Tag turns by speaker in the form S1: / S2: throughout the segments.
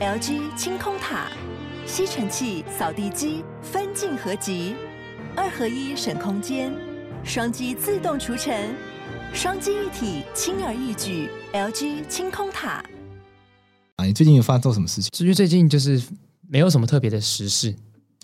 S1: LG 清空塔、吸尘器、扫地机分镜合集，二合一省空间，双击自动除尘，双击一体轻而易举。LG 清空塔。
S2: 啊，你最近有发生什么事情？
S3: 至于最近就是没有什么特别的时事，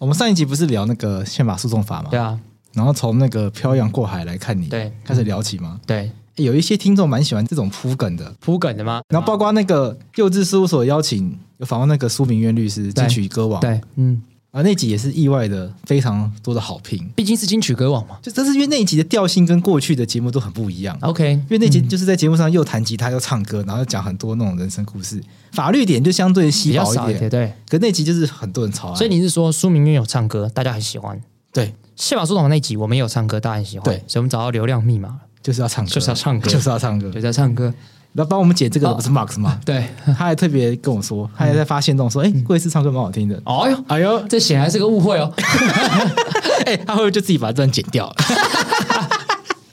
S2: 我们上一集不是聊那个宪法诉讼法嘛？
S3: 对啊，
S2: 然后从那个漂洋过海来看你，
S3: 对嗯
S2: 开始聊起嘛。
S3: 对，
S2: 诶有一些听众蛮喜欢这种铺梗的，
S3: 铺梗的吗？
S2: 然后包括那个幼稚事务所邀请有访问那个苏明渊律师
S3: 对
S2: 金曲歌王，
S3: 对，嗯，
S2: 啊那集也是意外的非常多的好评，
S3: 毕竟是金曲歌王嘛。
S2: 就这是因为那一集的调性跟过去的节目都很不一样。
S3: OK，因
S2: 因为那集就是在节目上又弹吉他又唱歌，然后又讲很多那种人生故事，法律点就相对
S3: 比
S2: 稀
S3: 较
S2: 薄
S3: 少
S2: 一
S3: 一
S2: 点。
S3: 点，对。
S2: 可那集就是很多人超爱，
S3: 所以你是说苏明月有唱歌，大家很喜欢。
S2: 对
S3: 宪法书童那集我们也有唱歌，大家很喜欢。
S2: 对
S3: 所以我们找到流量密码了，
S2: 就是要唱歌，
S3: 就是要唱歌
S2: 就是要唱歌。
S3: 对，在唱歌。
S2: 然后帮我们剪这个的
S3: 哦
S2: 不是 Max 吗？
S3: 对，
S2: 他还特别跟我说，他还在发现动
S3: 嗯
S2: 说，哎、贵司唱歌蛮好 听的。
S3: 哦哟，
S2: 哎呦，
S3: 这显然是个误会哦。
S2: 哎、他会不会就自己把这段剪掉了？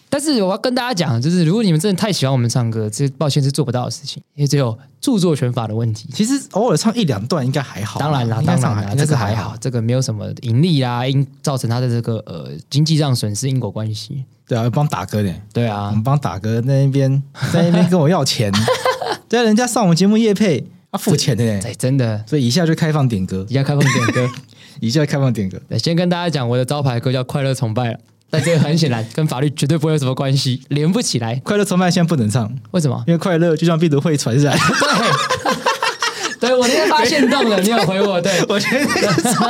S3: 但是我要跟大家讲，就是如果你们真的太喜欢我们唱歌，这抱歉是做不到的事情，因为只有著作权法的问题。
S2: 其实偶尔唱一两段应该还好，
S3: 当然啦，
S2: 哦应该
S3: 当
S2: 唱
S3: 然
S2: 还
S3: 啦，
S2: 应该
S3: 这
S2: 是
S3: 个
S2: 还
S3: 还好，。这个没有什么盈利啦，因造成他的这个呃经济上损失因果关系。
S2: 对啊，帮打歌呢，
S3: 对
S2: 我
S3: 啊
S2: 们，帮打歌在那边 在那边跟我要钱，对啊，人家上我节目夜配要付钱 的呢
S3: 哎，，真的
S2: 所以以下就开放点歌，
S3: 要开放点歌。
S2: 以下开放点歌。
S3: 对先跟大家讲，我的招牌歌叫《快乐崇拜》了，但这个很显然跟法律绝对不会有什么关系，连不起来。
S2: 快乐崇拜现在不能唱，
S3: 为什么？
S2: 因为快乐就像病毒会传 染。
S3: 对我那天发现动了，你有回我？对
S2: 我觉得那个超，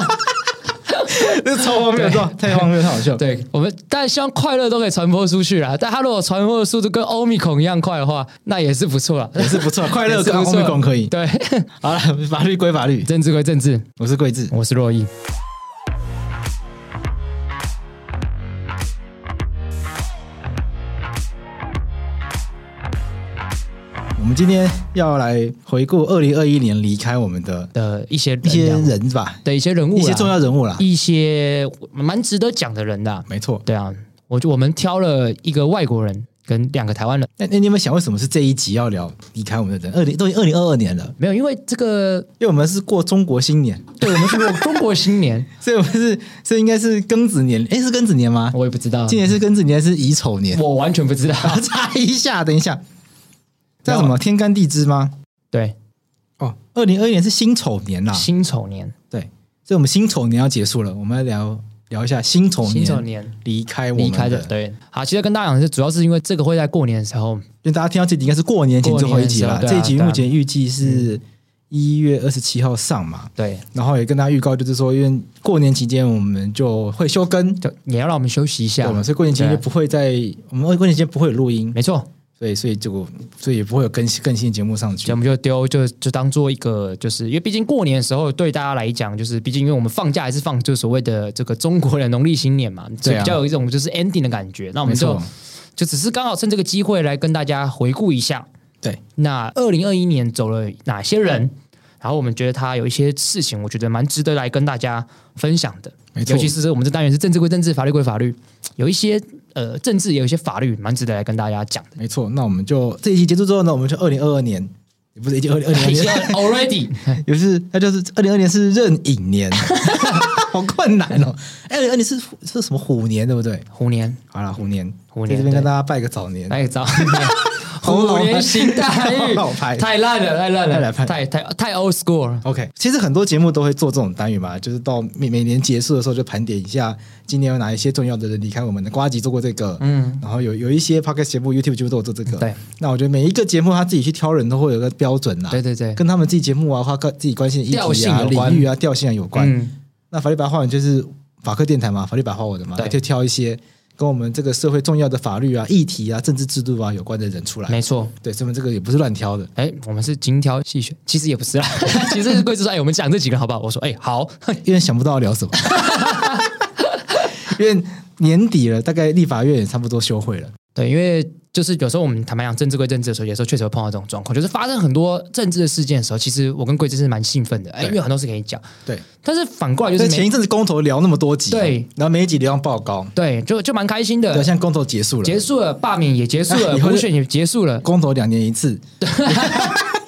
S2: 那个超荒谬，超太荒谬，太好笑。
S3: 对，我们当然希望快乐都可以传播出去啦。但它如果传播的速度跟欧米孔一样快的话，那也是不错啦。
S2: 也是不错，快
S3: 也
S2: 乐
S3: 是
S2: 跟
S3: 不
S2: 欧
S3: 错
S2: 米共可以。
S3: 对，
S2: 好了，法律归法律，
S3: 政治归政治，
S2: 我是桂智。
S3: 我是洛毅。
S2: 我们今天要来回顾二零二一年离开我们的
S3: 的一些
S2: 一些
S3: 量
S2: 人吧，
S3: 的一些人物啦，
S2: 一些重要人物啦。
S3: 一些蛮值得讲的人的、
S2: 没错，
S3: 对啊，我就我们挑了一个外国人跟两个台湾人，
S2: 那那你有没有想，为什么是这一集要聊离开我们的人？二零都已经二零二二年了，
S3: 没有，因为这个
S2: 因为我们是过中国新年，
S3: 对我们是过中国新年，
S2: 所以我们是这应该是庚子年，诶，是庚子年吗？
S3: 我也不知道，
S2: 今年是庚子年还是乙丑年？
S3: 我完全不知道。
S2: 我查一下，等一下，叫什么天干地支吗？
S3: 对，
S2: 哦，二零二一年是辛丑年啦，
S3: 辛丑年，
S2: 对，所以我们辛丑年要结束了，我们来聊聊一下辛丑年
S3: 辛丑年
S2: 离开我们
S3: 离开的，
S2: 对，
S3: 对。好，其实跟大家讲的是，主要是因为这个会在过年的时候，
S2: 因为大家听到这集应该是过年前最后一集了，
S3: 过年的时候对啊啊
S2: 这一集
S3: 对啊
S2: 目前预计是一月二十七号上嘛。
S3: 对，
S2: 然后也跟大家预告，就是说，因为过年期间我们就会休更，
S3: 就也要让我们休息一
S2: 对
S3: 下
S2: 我。们所以过年期间就不会在我们过年期间不会有录音，
S3: 没错，
S2: 所以所以就所以也不会有更新更新节目上去
S3: 所以我。们就丢，就就当做一个，就是因为毕竟过年的时候对大家来讲，就是毕竟因为我们放假还是放，就是所谓的这个中国人农历新年嘛，所
S2: 对
S3: 以
S2: 啊啊
S3: 比较有一种就是 ending 的感觉。那我
S2: 没
S3: 们就
S2: 错，
S3: 就只是刚好趁这个机会来跟大家回顾一下，
S2: 对，
S3: 那二零二一年走了哪些人，然后我们觉得他有一些事情，我觉得蛮值得来跟大家分享的。
S2: 没错，
S3: 尤其是我们这单元是政治归政治，法律归法律，有一些呃政治，也有一些法律，蛮值得来跟大家讲的。
S2: 没错。那我们就这一集结束之后呢，我们就二零二二年，也不是已经二零二零
S3: 已经
S2: 年，
S3: already
S2: 也是那就是二零二年是壬寅年， 好困难哦。二零二年是虎是什么虎年对不对？
S3: 虎年，
S2: 好了，虎年，
S3: 虎
S2: 在
S3: 年
S2: 这边跟
S3: 对
S2: 大家拜个早年。
S3: 来找
S2: 红
S3: 虎
S2: 老
S3: 年
S2: 牌
S3: 行大
S2: 红
S3: 运
S2: 老牌，
S3: 太烂了，太烂
S2: 太
S3: 了，
S2: 烂
S3: 太太太 old school 了。
S2: OK，其实很多节目都会做这种单元嘛，就是到每每年结束的时候就盘点一下今年有哪一些重要的人离开我们的。瓜吉做过这个，嗯，然后有有一些 podcast 节目、YouTube 节目都有做这个。
S3: 对，
S2: 那我觉得每一个节目他自己去挑人都会有个标准啦，
S3: 对对对，
S2: 跟他们自己节目啊、或跟自己关心的议
S3: 调
S2: 题
S3: 性
S2: 啊、
S3: 有关
S2: 领域啊、调性啊有关。
S3: 嗯，
S2: 那法律白话文就是法科电台嘛，法律白话文的嘛，
S3: 对
S2: 就挑一些跟我们这个社会重要的法律啊、议题啊、政治制度啊有关的人出来。
S3: 没错。
S2: 对，所以我们这个也不是乱挑的。
S3: 哎，我们是精挑细选，其实也不是啦， 其实是贵志说，哎，我们讲这几个好不好？我说，哎，好，
S2: 因为想不到要聊什么，因为年底了，大概立法院也差不多休会了。
S3: 对，因为就是有时候我们坦白讲，政治归政治的时候，有时候确实会碰到这种状况，就是发生很多政治的事件的时候，其实我跟贵志是蛮兴奋的，哎，
S2: 对
S3: 因为很多事可以讲，
S2: 对，
S3: 但是反过来
S2: 就
S3: 就是是
S2: 前一
S3: 没
S2: 阵子公投聊那么多集，
S3: 对，
S2: 然后每一集聊报告，
S3: 对，就就蛮开心
S2: 对，
S3: 的，
S2: 现在公投结束了，
S3: 结束了，罢免也结束
S2: 哎
S3: 了，
S2: 以后
S3: 补
S2: 就
S3: 选也结束了，
S2: 公投两年一次，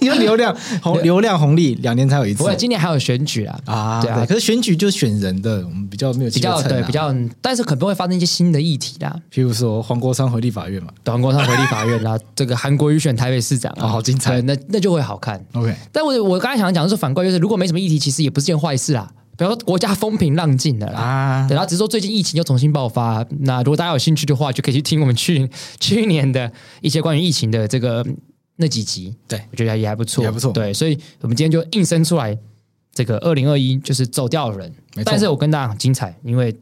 S2: 因为流量红流量红利两年才有一次
S3: 不过今年还有选举啊，
S2: 啊，
S3: 对啊
S2: 可是选举就选人的，我们比较没有机
S3: 比
S2: 会
S3: 较
S2: 蹭啊
S3: 对比，较，但是可能会发生一些新的议题 啦。
S2: 譬如说黄国昌回立法院嘛
S3: 短国上回立法院啦， 这个韩国瑜选台北市长啊，
S2: 哦好精彩
S3: 对那那就会好看。
S2: ，OK，
S3: 但我我刚才想讲的是，反过来就是，如果没什么议题，其实也不是件坏事啦。比方说国家风平浪静的啦，
S2: 啊
S3: 对，然后只是说最近疫情又重新爆发，那如果大家有兴趣的话，就可以去听我们去去年的一些关于疫情的这个嗯那几集，
S2: 对
S3: 我觉得也还不错，
S2: 也还不错
S3: 对，所以我们今天就硬生出来这个二零二一就是走掉的人
S2: 没，错
S3: 但是我跟大家很精彩，因为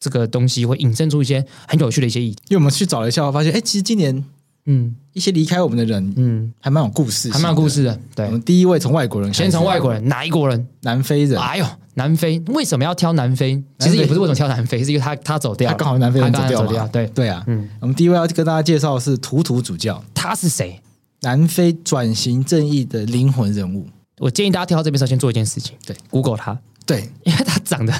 S3: 这个东西会引申出一些很有趣的一些议题，
S2: 因为我们去找了一下，发现哎，其实今年
S3: 嗯
S2: 一些离开我们的人
S3: 嗯，
S2: 还蛮有故事，
S3: 还蛮有故。事的，对
S2: 我，们第一位从外国人开始，
S3: 先从外国人，哪一国人？
S2: 南非人，
S3: 哎呦，南非为什么要挑南非？其实也不是为什么挑南非，是因为他他走掉了，
S2: 他刚好南非人
S3: 他刚好
S2: 走掉
S3: 走
S2: 嘛
S3: 掉，对，
S2: 对啊，
S3: 嗯
S2: 我们第一位要跟大家介绍的是图图主教，
S3: 他是谁？
S2: 南非转型正义的灵魂人物，
S3: 我建议大家跳到这边的时候，先做一件事情，
S2: 对
S3: ，Google 他，
S2: 对，
S3: 因为他长得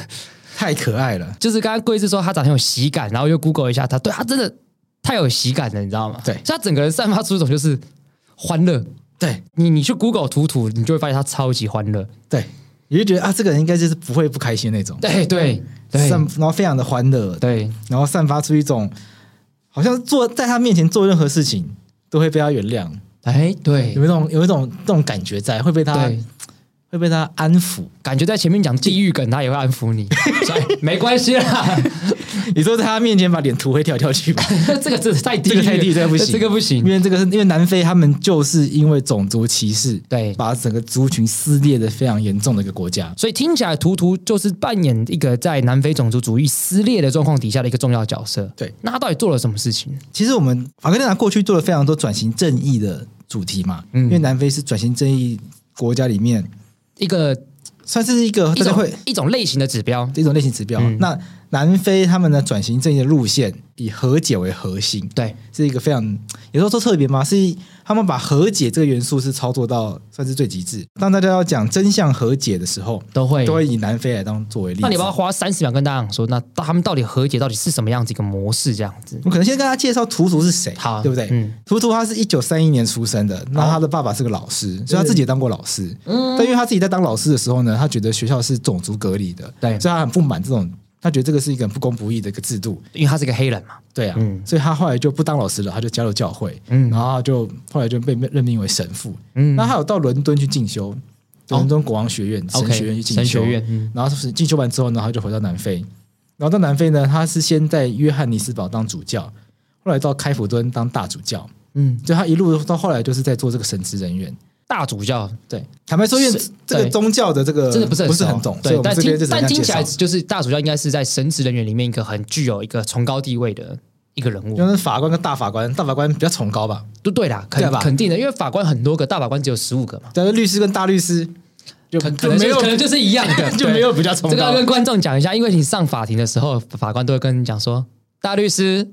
S2: 太可爱了，
S3: 就是刚刚贵志说他长得很有喜感，然后又 Google 一下他，对他真的太有喜感了，你知道吗？
S2: 对
S3: 所以他整个人散发出一种就是欢乐。
S2: 对
S3: 你你去 Google 图图，你就会发现他超级欢乐。
S2: 对，你就觉得啊，这个人应该就是不会不开心那种，
S3: 对对对
S2: 散，然后非常的欢乐，
S3: 对，
S2: 然后散发出一种好像做在他面前做任何事情都会被他原谅，
S3: 哎对
S2: 有，一种有一种那种感觉在，会被他
S3: 对
S2: 会被他安抚。
S3: 感觉在前面讲地狱梗，他也会安 抚你，所以没关系啦。
S2: 你说在他面前把脸涂黑跳来跳去吧，
S3: 这个真的太低了，
S2: 这个太低这个不行
S3: 这个不
S2: 因
S3: 行。
S2: 为这个是因为南非他们就是因为种族歧视，
S3: 对
S2: 把整个族群撕裂的非常严重的一个国家。
S3: 所以听起来，图图就是扮演一个在南非种族主义撕裂的状况底下的一个重要角色。
S2: 对，
S3: 那他到底做了什么事情？
S2: 其实我们法克内达过去做了非常多转型正义的主题嘛，
S3: 嗯
S2: 因为南非是转型正义国家里面
S3: 一个
S2: 算是一个
S3: 一
S2: 大家
S3: 种
S2: 啊会
S3: 一种类型的指标。
S2: 一种类型指标。
S3: 嗯
S2: 那南非他们的转型正义的路线以和解为核心，
S3: 对，
S2: 是一个非常也说说特别嘛，是他们把和解这个元素是操作到算是最极致。当大家要讲真相和解的时候，
S3: 都会。
S2: 都会以南非来当作为例子。
S3: 哎那你要不要花三十秒跟大家讲说，那他们到底和解到底是什么样子一个模式？这样子，
S2: 我可能先跟大家介绍图图是谁，
S3: 好
S2: 对不对？
S3: 嗯
S2: 图图他是一九三一年出生的，那他的爸爸是个老师，所以他自己也当过老师。
S3: 嗯
S2: 但因为他自己在当老师的时候呢，他觉得学校是种族隔离的，
S3: 对
S2: 所以他很不满这种，他觉得这个是一个很不公不义的一个制度，
S3: 因为他是个黑人嘛。
S2: 对啊，
S3: 嗯
S2: 所以他后来就不当老师了，他就加入教会，
S3: 嗯
S2: 然后他就后来就被任命为神父。
S3: 嗯哦
S2: 那他有到伦敦去进修，伦敦国王学院、神
S3: OK，
S2: 学院去进
S3: 神
S2: 修，
S3: 学院嗯
S2: 然后是进修完之后呢，他就回到南非，然后到南非呢，他是先在约翰尼斯堡当主教，后来到开普敦当大主教，
S3: 嗯，
S2: 就他一路到后来就是在做这个神职人员。
S3: 大主教
S2: 对，坦白说，因为
S3: 是
S2: 这个
S3: 对
S2: 宗教的这个
S3: 真的不是很
S2: 呃不是
S3: 熟啊
S2: 很懂，所以
S3: 对
S2: 我，们
S3: 但
S2: 这
S3: 听
S2: 边就只能
S3: 但
S2: 这
S3: 听
S2: 样
S3: 起来
S2: 介绍
S3: 就是大主教应该是在神职人员里面一个很具有一个崇高地位的一个人物。
S2: 因为法官跟大法官，大法官比较崇高吧，
S3: 都对啦，
S2: 嗯
S3: 肯
S2: 对吧
S3: 肯定的，因为法官很多个，大法官只有十五个嘛，
S2: 但是律师跟大律师就
S3: 可可
S2: 就
S3: 能
S2: 没
S3: 就
S2: 有
S3: 可能就是一样的，
S2: 就
S3: 对
S2: 没有比较崇
S3: 这个要
S2: 高
S3: 跟。观众讲一下，因为你上法庭的时候，法官都会跟你讲说，大律师，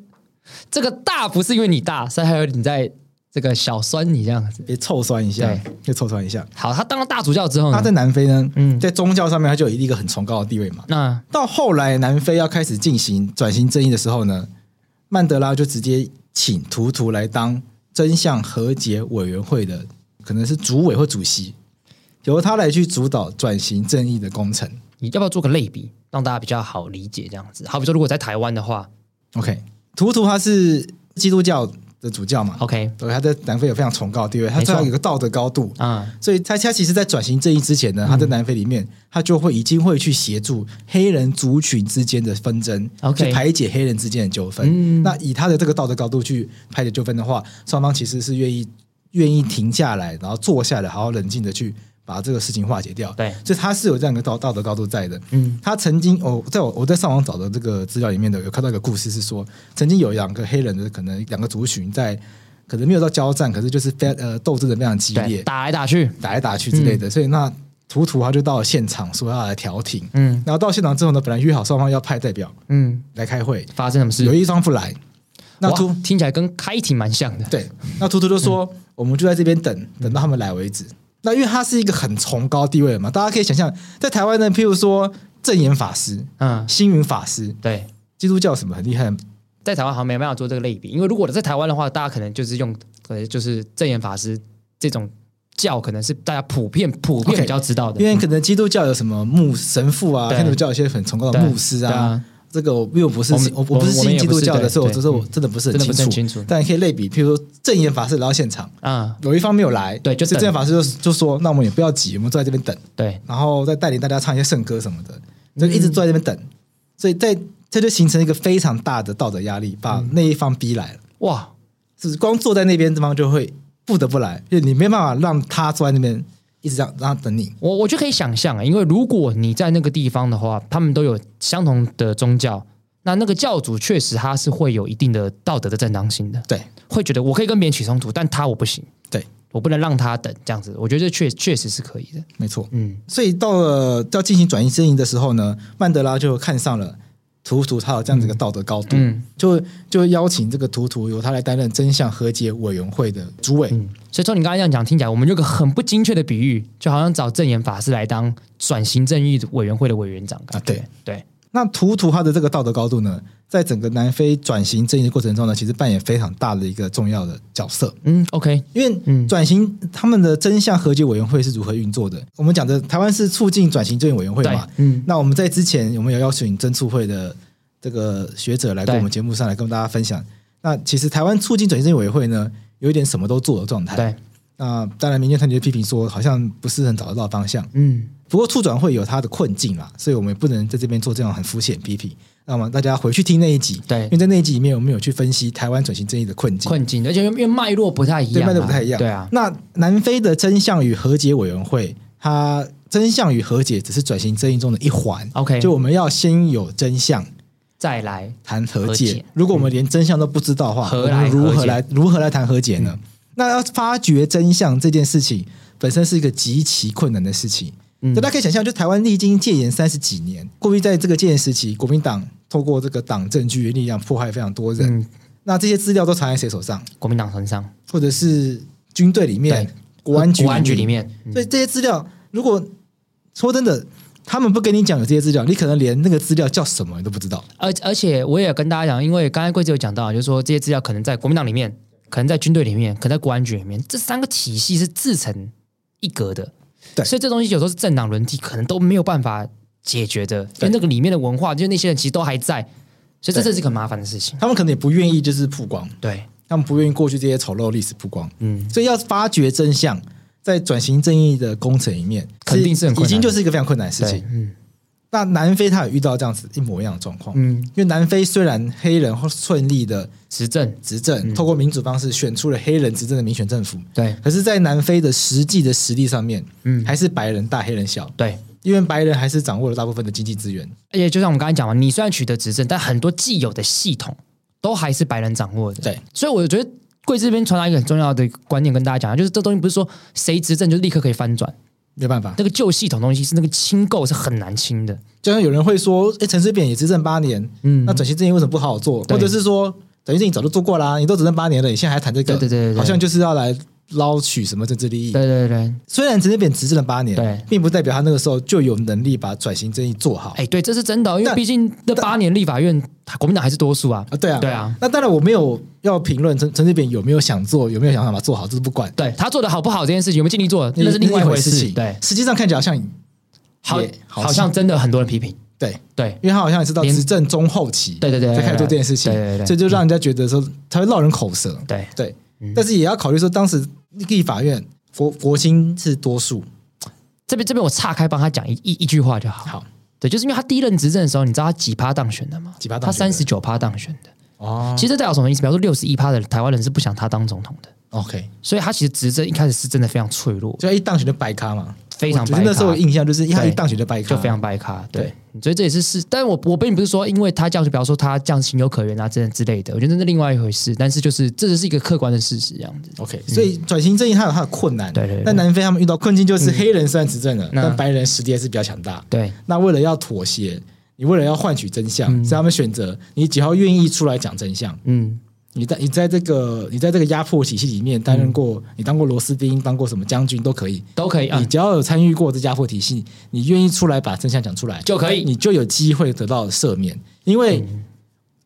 S3: 这个大不是因为你大，是还有你在这个小酸你这样子。
S2: 也凑酸一下，也凑酸一下。
S3: 好，他当了大主教之后
S2: 他
S3: 呢
S2: 在，南非呢，
S3: 嗯
S2: 在宗教上面他就有一个很崇高的地位嘛。
S3: 那
S2: 到后来南非要开始进行转型正义的时候呢，曼德拉就直接请图图来当真相和解委员会的，可能是主委或主席，由他来去主导转型正义的工程。
S3: 你要不要做个类比，让大家比较好理解这样子？好比说，如果在台湾的话
S2: OK，图图他是基督教的主教嘛，
S3: ，OK，
S2: 对，他在南非有非常崇高的地位，他
S3: 没错
S2: 虽然有一个道德高度，
S3: 啊、
S2: 所以他他其实，在转型正义之前呢，他
S3: 嗯
S2: 在南非里面，他就会已经会去协助黑人族群之间的纷争
S3: OK
S2: 去排解黑人之间的纠纷。
S3: 嗯
S2: 那以他的这个道德高度去排解纠纷的话，双方其实是愿意愿意停下来，然后坐下来，好好冷静的去把这个事情化解掉。
S3: 对
S2: 所以他是有这样一个道道德高度在的。
S3: 嗯，
S2: 他曾经，哦，在我我在上网找的这个资料里面的，有看到一个故事是说，曾经有两个黑人的可能两个族群在。可能没有到交战，可是就是非呃斗争的非常激烈
S3: 对，，打来打去，
S2: 打来打去之类的，所以那图图他就到了现场说要来调停，
S3: 嗯
S2: 然后到现场之后呢，本来约好双方要派代表
S3: 嗯，
S2: 来开会，
S3: 发生什么
S2: 有
S3: 事？
S2: 一方不来，那
S3: 哇
S2: 图
S3: 听起来跟开庭蛮像的，
S2: 对，那图图就说、我们就在这边等，等到他们来为止。那因为他是一个很崇高地位的嘛，大家可以想象，在台湾呢，譬如说正言法师、
S3: 嗯，
S2: 星云法师、
S3: 对。
S2: 基督教什么很厉害的，
S3: 在台湾好像没办法呃做这个类比，因为如果在台湾的话，大家可能就是用可能就是正言法师这种教可能是大家普遍普遍
S2: OK，
S3: 比较知道的
S2: 因为可能基督教有什么牧神父啊，
S3: 对
S2: 天主教有些很崇高的
S3: 对
S2: 牧师
S3: 对
S2: 啊
S3: 啊，
S2: 这个我因为我不是
S3: 我们
S2: 我我不是
S3: 我们
S2: 信
S3: 也
S2: 基督教的，
S3: 不是
S2: 所以我
S3: 对
S2: 这是我
S3: 对
S2: 真的不是
S3: 真的不是
S2: 很
S3: 很
S2: 清
S3: 清
S2: 楚
S3: 楚。
S2: 但你可以类比，譬如说证言法师来到现场，
S3: 啊、
S2: 有一方没有来，
S3: 对就
S2: 所以
S3: 等
S2: 证言法师就就说，那我们也不要急，我们坐在这边等，
S3: 对，
S2: 然后再带领大家唱一些圣歌什么的，就一直
S3: 嗯
S2: 坐在这边等，所以在这就形成一个非常大的道德压力，
S3: 嗯
S2: 把那一方逼来了。
S3: 哇，
S2: 是不是光坐在那边，对方就会不得不来，就你没办法让他坐在那边一直这样让他等你。
S3: 我我就可以想象啊，因为如果你在那个地方的话，他们都有相同的宗教，那那个教主确实他是会有一定的道德的正当性的，
S2: 对
S3: 会觉得我可以跟别人起冲突，但他我不行，
S2: 对，
S3: 我不能让他等这样子，我觉得这确确实是可以的，
S2: 没错。
S3: 嗯，
S2: 所以到了要进行转移阵营的时候呢，曼德拉就看上了图图他有这样子一个道德高度，
S3: 嗯
S2: 就就邀请这个图图由他来担任真相和解委员会的主委。
S3: 所以说你刚才这样讲，听起来我们有个很不精确的比喻，就好像找证言法师来当转型正义委员会的委员长
S2: 啊对
S3: 对，
S2: 那图图他的这个道德高度呢，在整个南非转型正义的过程中呢，其实扮演非常大的一个重要的角色。
S3: 嗯，OK，
S2: 因为
S3: 嗯
S2: 转型他们的真相和解委员会是如何运作的？我们讲的台湾是促进转型正义委员会
S3: 对
S2: 嘛，，
S3: 嗯，
S2: 那我们在之前我们有邀请真促会的这个学者来跟
S3: 对
S2: 我们节目上来跟大家分享。那其实台湾促进转型正义委员会呢，有一点什么都做的状态。
S3: 对，
S2: 那当然民间团体就批评说，好像不是很找得到方向。
S3: 嗯，
S2: 不过促转会有它的困境啦，所以我们也不能在这边做这样很肤浅批评。那么大家回去听那一集，
S3: 对
S2: 因为在那一集里面我们有去分析台湾转型正义的困境。
S3: 困境，而且因为脉络不太一
S2: 对
S3: 样啊，
S2: 脉络不太一样。
S3: 对啊，
S2: 那南非的真相与和解委员会，它真相与和解只是转型正义中的一环。
S3: OK
S2: 就我们要先有真相。
S3: 再来，
S2: 谈和解，
S3: 和解
S2: 如果我们连真相都不知道的话，我
S3: 何
S2: 们
S3: 来
S2: 如
S3: 和
S2: 何
S3: 解嗯
S2: 来如何来谈和解呢？那要发掘真相这件事情本身是一个极其困难的事情。
S3: 嗯
S2: 大家可以想象，就台湾历经戒严三十几年，过去在这个戒严时期，国民党透过这个党政军力量迫害非常多人，
S3: 嗯，
S2: 那这些资料都藏在谁手上？
S3: 国民党身上，
S2: 或者是军队里面
S3: 对、
S2: 国安局、
S3: 国安局里。面，嗯
S2: 所以这些资料，如果说真的，他们不跟你讲有这些资料，你可能连那个资料叫什么你都不知道。
S3: 而而且我也跟大家讲，因为刚才贵子有讲到，就是说这些资料可能在国民党里面，可能在军队里面，可能在国安局里面，这三个体系是自成一格的。
S2: 对
S3: 所以这东西有时候是政党轮替，可能都没有办法解决的，因为那个里面的文化，就是那些人其实都还在，所以这
S2: 对
S3: 这是一个很麻烦的事情。
S2: 他们可能也不愿意就是曝光，
S3: 对，
S2: 他们不愿意过去这些丑陋历史曝光，
S3: 嗯，
S2: 所以要发掘真相，在转型正义的工程里面，
S3: 肯定是很困难
S2: 已
S3: 的
S2: 经就是一个非常困难的事
S3: 对
S2: 情，。
S3: 嗯
S2: 那南非它有遇到这样子一模一样的状况，
S3: 嗯，
S2: 因为南非虽然黑人顺利的
S3: 执政
S2: 执
S3: 嗯
S2: 政，透过民主方式选出了黑人执政的民选政府，
S3: 对
S2: 可是，在南非的实际的实力上面，
S3: 嗯
S2: 还是白人大，黑人小，
S3: 对。
S2: 因为白人还是掌握了大部分的经济资源，
S3: 而且就像我们刚才讲嘛，你虽然取得执政，但很多既有的系统都还是白人掌握的。
S2: 对，
S3: 所以我觉得贵这边传达一个很重要的观念跟大家讲，就是这东西不是说谁执政就立刻可以翻转，
S2: 没有办法。
S3: 那个旧系统东西是那个清垢是很难清的。
S2: 就像有人会说，哎，陈水扁也执政八年，
S3: 嗯
S2: 那转型正义为什么不好好做？
S3: 对
S2: 或者是说，转型正义早就做过啦，你都执政八年了，你现在还谈这个？
S3: 对对对对对
S2: 好像就是要来捞取什么政治利益。
S3: 对对对，
S2: 虽然陈水扁执政了八年，
S3: 对
S2: 并不代表他那个时候就有能力把转型正义做好。
S3: 哎，对，这是真的哦，因为
S2: 但
S3: 毕竟那八年立法院国民党还是多数啊。
S2: 啊，对啊，
S3: 对啊。
S2: 那当然，我没有要评论陈陈水扁有没有想做，有没有想办法做好，这是不管，
S3: 对他做的好不好这件事情，有没有尽力做，那是另外一
S2: 回
S3: 回事。
S2: 情。
S3: 对，
S2: 实际上看起来好像
S3: 好
S2: 也，好
S3: 好像真的很多人批评。
S2: 对，
S3: 对，
S2: 因为他好像也是到
S3: 连
S2: 执政中后期，
S3: 对对对对
S2: 才开始做这件事情，
S3: 对对对
S2: 所以就让人家觉得说他会落人口舌，
S3: 对，
S2: 对，但是也要考虑说，当时立法院国国青是多数，
S3: 这边这边我岔开帮他讲一一一句话就好。
S2: 好
S3: 对，就是因为他第一任执政的时候，你知道他几趴当选的吗？
S2: 几趴当选的
S3: 他三十九趴当选的。
S2: 哦
S3: 其实这代表什么意思？比方说六十一趴的台湾人是不想他当总统的，
S2: ，OK，
S3: 所以他其实执政一开始是真的非常脆弱，
S2: 就一当选就白咖嘛，
S3: 非常
S2: 我觉
S3: 白
S2: 得
S3: 咖。
S2: 那时候我印象就是，他一当选就白咖，
S3: 就非常白咖，对
S2: 对，
S3: 所以这也是事。但我我并不是说，因为他这样，就比方说他这样情有可原啊，之类之类的，我觉得那是另外一回事。但是就是这就是一个客观的事实，这样子。
S2: OK，所以转型正义它有它的困难，
S3: 嗯对对对
S2: 但南非他们遇到困境就是黑人虽然执政了，
S3: 那
S2: 但白人实力还是比较强大。
S3: 对，
S2: 那为了要妥协，你为了要换取真相，所以他们选择你只要愿意出来讲真相，
S3: 嗯，
S2: 你在你在这个你在这个压迫体系里面担任过，你当过螺丝钉，当过什么将军都可以，
S3: 都可以嗯啊
S2: 你，只要有参与过这压迫体系，你愿意出来把真相讲出来
S3: 就可以嗯
S2: 你就有机会得到赦免，因为。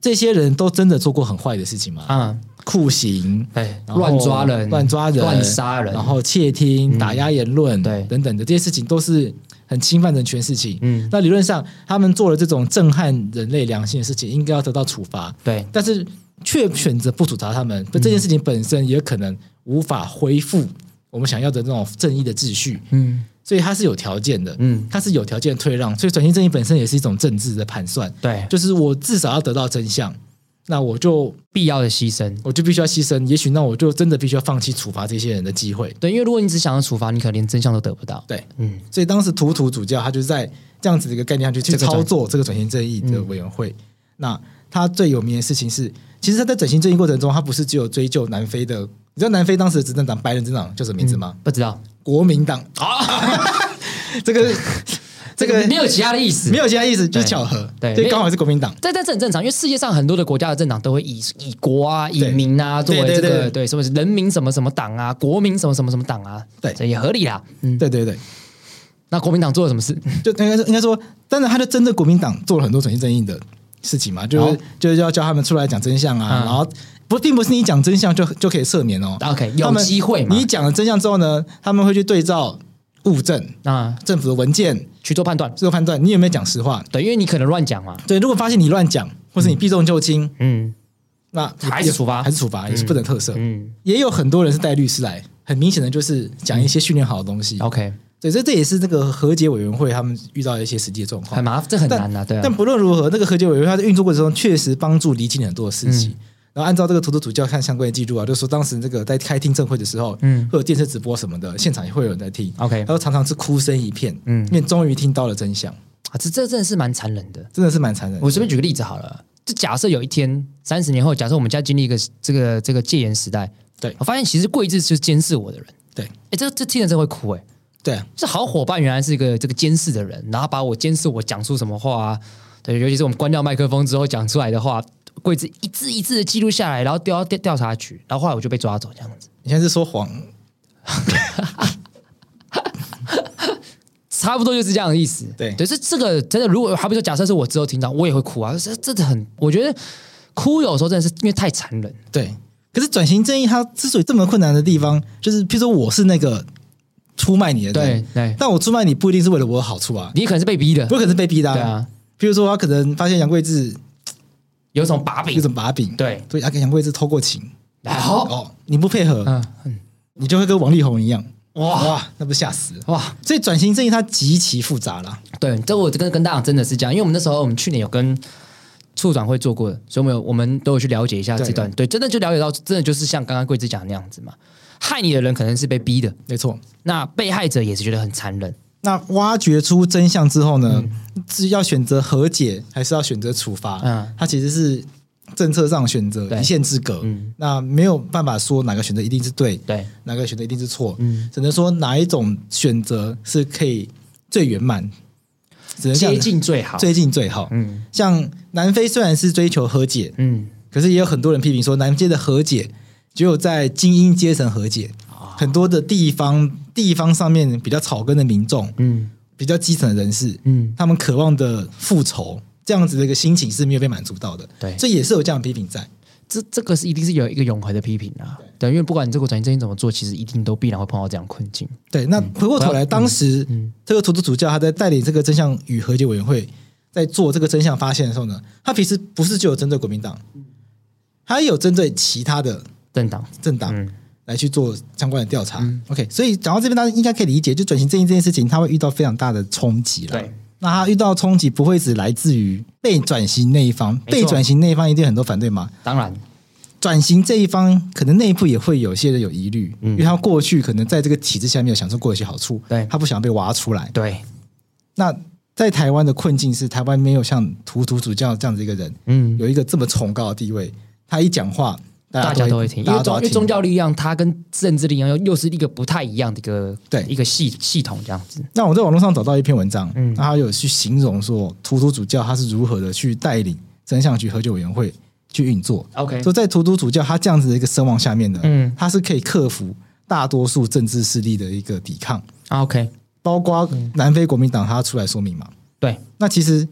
S2: 这些人都真的做过很坏的事情吗？
S3: 啊，
S2: 酷刑，
S3: 对，
S2: 嗯哎然后
S3: 乱抓人、
S2: 乱抓人、
S3: 乱杀人，嗯
S2: 然后窃听、打压言论，
S3: 对
S2: 等等的这些事情，都是很侵犯人权事情。
S3: 嗯，
S2: 那理论上，他们做了这种震撼人类良心的事情，应该要得到处罚，
S3: 对，
S2: 但是却选择不处罚他们，那这件事情本身也可能无法恢复我们想要的那种正义的秩序，
S3: 嗯
S2: 所以它是有条件的，
S3: 嗯，
S2: 它是有条件退让，所以转型正义本身也是一种政治的盘算，
S3: 对，
S2: 就是我至少要得到真相，那我就
S3: 必要的牺牲。
S2: 我就必须要牺牲，也许那我就真的必须要放弃处罚这些人的机会。
S3: 对，因为如果你只想要处罚，你可能连真相都得不到。
S2: 对，
S3: 嗯，
S2: 所以当时图图主教他就在这样子的一个概念上去去
S3: 这个转嗯
S2: 操作这个转型正义的委员会。那他最有名的事情是，其实他在转型正义过程中，他不是只有追究南非的，你知道南非当时的执政党白人执政党叫什么名字吗？
S3: 不知道
S2: 国民党啊， 这个这个
S3: 没有其他的意思，
S2: 没有其他意思，就
S3: 对
S2: 是巧合，
S3: 对
S2: 就刚好是国民党。
S3: 但但这很正常，因为世界上很多的国家的政党都会以以国啊、以
S2: 对
S3: 民啊作
S2: 对
S3: 为这
S2: 对对
S3: 个
S2: 对
S3: 对，什么人民什么什么党啊，国民什么什么什么党啊，
S2: 对
S3: 这也合理啦。嗯，
S2: 对对对，
S3: 那国民党做了什 么事？
S2: 就应该说应该说，当然他就针对国民党做了很多转型正义的事情嘛，就是、
S3: 好
S2: 就是要叫他们出来讲真相啊，
S3: 嗯
S2: 然后不并不是你讲真相就就可以赦免哦，
S3: OK，
S2: 他
S3: 有
S2: 们
S3: 机会嘛
S2: 你讲了真相之后呢，他们会去对照物证、
S3: 啊，
S2: 政府的文件
S3: 去做判断。
S2: 最后判断你有没有讲实话。
S3: 对，因为你可能乱讲嘛。
S2: 对，如果发现你乱讲，或是你避重就轻，
S3: 嗯
S2: 那
S3: 还是处罚
S2: 还是处罚，也是不能特赦。
S3: 嗯
S2: 也有很多人是带律师来，很明显的就是讲一些训练好的东西。
S3: ，OK，
S2: 对，所以这也是这个和解委员会他们遇到的一些实际的状况
S3: 很。麻烦，这很
S2: 但
S3: 难呐、对啊
S2: 但。不论如何，那个和解委员会它在运作过程中确实帮助厘清了很多的事
S3: 嗯
S2: 情。然后按照这个图图主教看相关的记录啊，就说当时这个在开听证会的时候，
S3: 嗯
S2: 会有电视直播什么的，现场也会有人在听。
S3: OK
S2: 然后常常是哭声一片，
S3: 嗯
S2: 嗯，因为终于听到了真相，
S3: 啊，这这真的是蛮残忍的。
S2: 真的是蛮残忍的。
S3: 我随便举个例子好了，就假设有一天，三十年后，假设我们家经历一个这个这个戒严时代，
S2: 对
S3: 我发现其实桂枝就是监视我的人。
S2: 对
S3: 哎，这这听了真会哭哎、
S2: 对啊，
S3: 这好伙伴原来是一个这个监视的人，然后把我监视我讲出什么话啊，对，尤其是我们关掉麦克风之后讲出来的话，柜子一字一字的记录下来，然后调到调调查局，然后后来我就被抓走这样子，
S2: 你现在是说谎，
S3: 差不多就是这样的意思。
S2: 对
S3: 对，是这个真的，如果好比说假设是我之后听到，我也会哭啊，这真的很，我觉得哭有时候真的是因为太残忍，
S2: 对。可是转型正义它之所以这么困难的地方，就是譬如说我是那个出卖你的
S3: 对
S2: 人，
S3: 对，
S2: 但我出卖你不一定是为了我的好处啊，
S3: 你也可能是被逼的
S2: 我，有可能是被逼的、
S3: 对。啊，
S2: 譬如说他可能发现杨贵志
S3: 有一种把
S2: 有
S3: 柄，
S2: 什么把柄，
S3: 对，
S2: 所以他给杨贵志偷过情，
S3: 然后，
S2: 哦，你不配合，
S3: 嗯，嗯
S2: 你就会跟王力宏一样，
S3: 哇
S2: 哇，那不吓死了。
S3: 哇，
S2: 所以转型正义它极其复杂啦，
S3: 对，这我跟跟大家讲真的是这样，因为我们那时候我们去年有跟处长会做过的，所以我们有我们都有去了解一下这段，对，真的就了解到，真的就是像刚刚桂枝讲的那样子嘛，害你的人可能是被逼的，
S2: 没错。
S3: 那被害者也是觉得很残忍，
S2: 那挖掘出真相之后呢，是要选择和解还是要选择处罚？
S3: 嗯
S2: 嗯，它其实是政策上的选择
S3: 对嗯
S2: 一线之隔，那没有办法说哪个选择一定是对，
S3: 对，
S2: 哪个选择一定是错，
S3: 嗯
S2: 只能说哪一种选择是可以最圆满，只能这样
S3: 接近最好，
S2: 最近最好。
S3: 嗯
S2: 像南非虽然是追求和解，
S3: 嗯，
S2: 可是也有很多人批评说，南非的和解只有在精英阶层和解，很多的地方地方上面比较草根的民众，
S3: 嗯
S2: 比较基层的人士，
S3: 嗯，
S2: 他们渴望的复仇这样子的一个心情是没有被满足到的。
S3: 对
S2: 所以也是有这样的批评在。
S3: 这这个是一定是有一个永恒的批评啊，对，因为不管你这个转型正义怎么做，其实一定都必然会碰到这样的困境，
S2: 对，那回过头来，当时这个图图主教他在带领这个真相与和解委员会在做这个真相发现的时候呢，他其实不是只有针对国民党，他也有针对其他的
S3: 政党，
S2: 政党
S3: 嗯
S2: 来去做相关的调查。OK，所以讲到这边，大家应该可以理解，就转型正义这件事情，它会遇到非常大的冲击了。
S3: 对，
S2: 那它遇到冲击不会只来自于被转型那一方，
S3: 没错
S2: 被转型那一方一定有很多反对嘛。
S3: 当然，
S2: 转型这一方可能内部也会有些人有疑虑，
S3: 嗯
S2: 因为他过去可能在这个体制下面有享受过一些好处，
S3: 对
S2: 他不想被挖出来。
S3: 对，
S2: 那在台湾的困境是，台湾没有像图图主教这样子一个人，
S3: 嗯。
S2: 有一个这么崇高的地位，他一讲话，
S3: 大
S2: 大
S3: 家
S2: 家
S3: 都
S2: 都
S3: 会
S2: 会
S3: 听，因
S2: 大
S3: 为
S2: 家都
S3: 宗
S2: 要
S3: 因为
S2: 听。
S3: 宗教力量它跟政治力量又又是一个不太一样的一个
S2: 对
S3: 一个系系统这样子。
S2: 那我在网络上找到一篇文章，
S3: 嗯
S2: 嗯，他有去形容说，图图主教他是如何的去带领真相局和解委员会去运作。
S3: OK，
S2: 说在图图主教他这样子的一个声望下面呢，
S3: 嗯
S2: 嗯，他是可以克服大多数政治势力的一个抵抗，
S3: 啊 OK，
S2: 包括南非国民党他出来说明嘛。
S3: 对，
S2: 那其实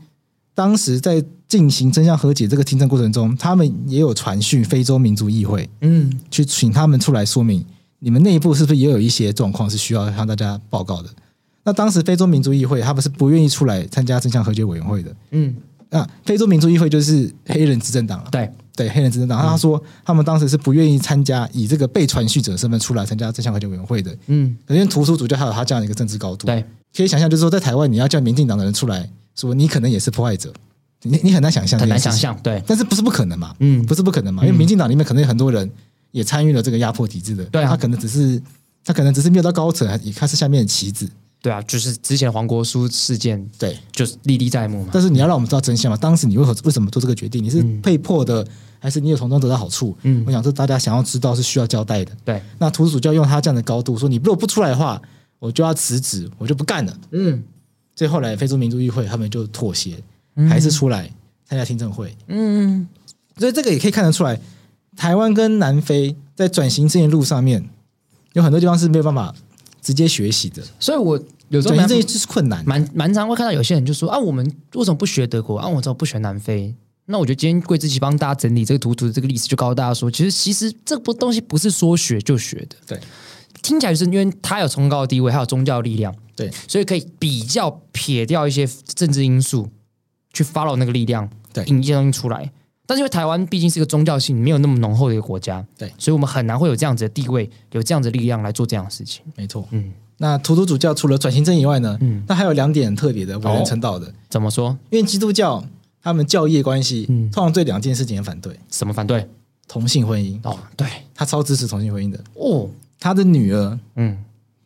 S2: 当时在进行真相和解这个听证过程中，他们也有传讯非洲民族议会，
S3: 嗯，
S2: 去请他们出来说明，你们内部是不是也有一些状况是需要向大家报告的？那当时非洲民族议会他们是不愿意出来参加真相和解委员会的。
S3: 嗯，
S2: 那非洲民族议会就是黑人执政党了，
S3: 对，
S2: 对黑人执政党。他说他们当时是不愿意参加以这个被传讯者身份出来参加真相和解委员会的，
S3: 嗯，
S2: 因为图书主教还有他这样的一个政治高度。
S3: 对，
S2: 可以想象，就是说在台湾你要叫民进党的人出来说你可能也是迫害者，你你很难想象，
S3: 很难想，象，对，
S2: 但是不是不可能嘛？
S3: 嗯
S2: 不是不可能嘛？因为民进党里面可能有很多人也参与了这个压迫体制的，
S3: 对啊
S2: 他可能只是他可能只是没有到高层，也他是下面的棋子，
S3: 对啊，就是之前黄国书事件
S2: 对。
S3: 就是历历在目嘛，
S2: 但是你要让我们知道真相嘛？当时你为何为什么做这个决定？你是被迫的，还是你有从中得到好处？
S3: 嗯
S2: 我想这大家想要知道是需要交代的。
S3: 对，
S2: 那图主教用他这样的高度说，你如果不出来的话，我就要辞职，我就不干了。
S3: 嗯
S2: 所以后来非洲民族议会他们就妥协，还是出来参加听证会。
S3: 嗯，
S2: 所以这个也可以看得出来，台湾跟南非在转型这一路上面，有很多地方是没有办法直接学习的。
S3: 所以我有时候
S2: 转
S3: 蛮
S2: 型这一就是困难。
S3: 蛮蛮常会看到有些人就说啊，我们为什么不学德国啊？我怎么不学南非？那我觉得今天桂枝奇帮大家整理这个图图的这个历史，就告诉大家说，其实其实这不东西不是说学就学的，
S2: 对
S3: 听起来就是因为它有崇高的地位，还有宗教力量，
S2: 对
S3: 所以可以比较撇掉一些政治因素，去 follow 那个力量，
S2: 对
S3: 引一些东西出来。但是因为台湾毕竟是一个宗教性没有那么浓厚的一个国家，
S2: 对
S3: 所以我们很难会有这样子的地位，有这样子的力量来做这样的事情。
S2: 没错。
S3: 嗯，
S2: 那图图主教除了转型正以外呢，
S3: 嗯哦
S2: 那还有两点很特别的，我能称道的，
S3: 怎么说？
S2: 因为基督教他们教义关系，
S3: 嗯
S2: 通常对两件事情很反对，
S3: 什么反对？
S2: 同性婚姻，
S3: 哦，对，
S2: 他超支持同性婚姻的，
S3: 哦，
S2: 他的女儿
S3: 嗯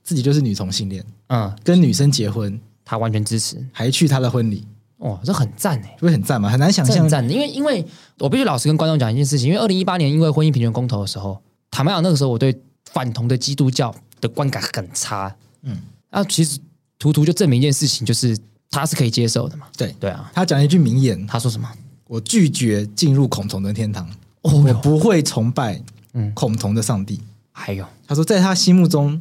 S2: 自己就是女同性恋，
S3: 嗯，
S2: 跟女生结婚，
S3: 他完全支持，
S2: 还去她的婚礼，
S3: 哦，这很赞哎，
S2: 会不会很赞嘛？很难想
S3: 这
S2: 象
S3: 很，赞的，因为因为我必须老实跟观众讲一件事情，因为二零一八年因为婚姻平权公投的时候，坦白讲那个时候我对反同的基督教的观感很差，
S2: 嗯
S3: 嗯，那、其实图图就证明一件事情，就是他是可以接受的嘛，
S2: 对
S3: 对啊，
S2: 他讲了一句名言，
S3: 他说什么？
S2: 我拒绝进入孔同的天堂，
S3: 哦
S2: 我
S3: 哟，
S2: 不会崇拜
S3: 嗯
S2: 孔同的上帝。
S3: 还有，
S2: 他说，在他心目中，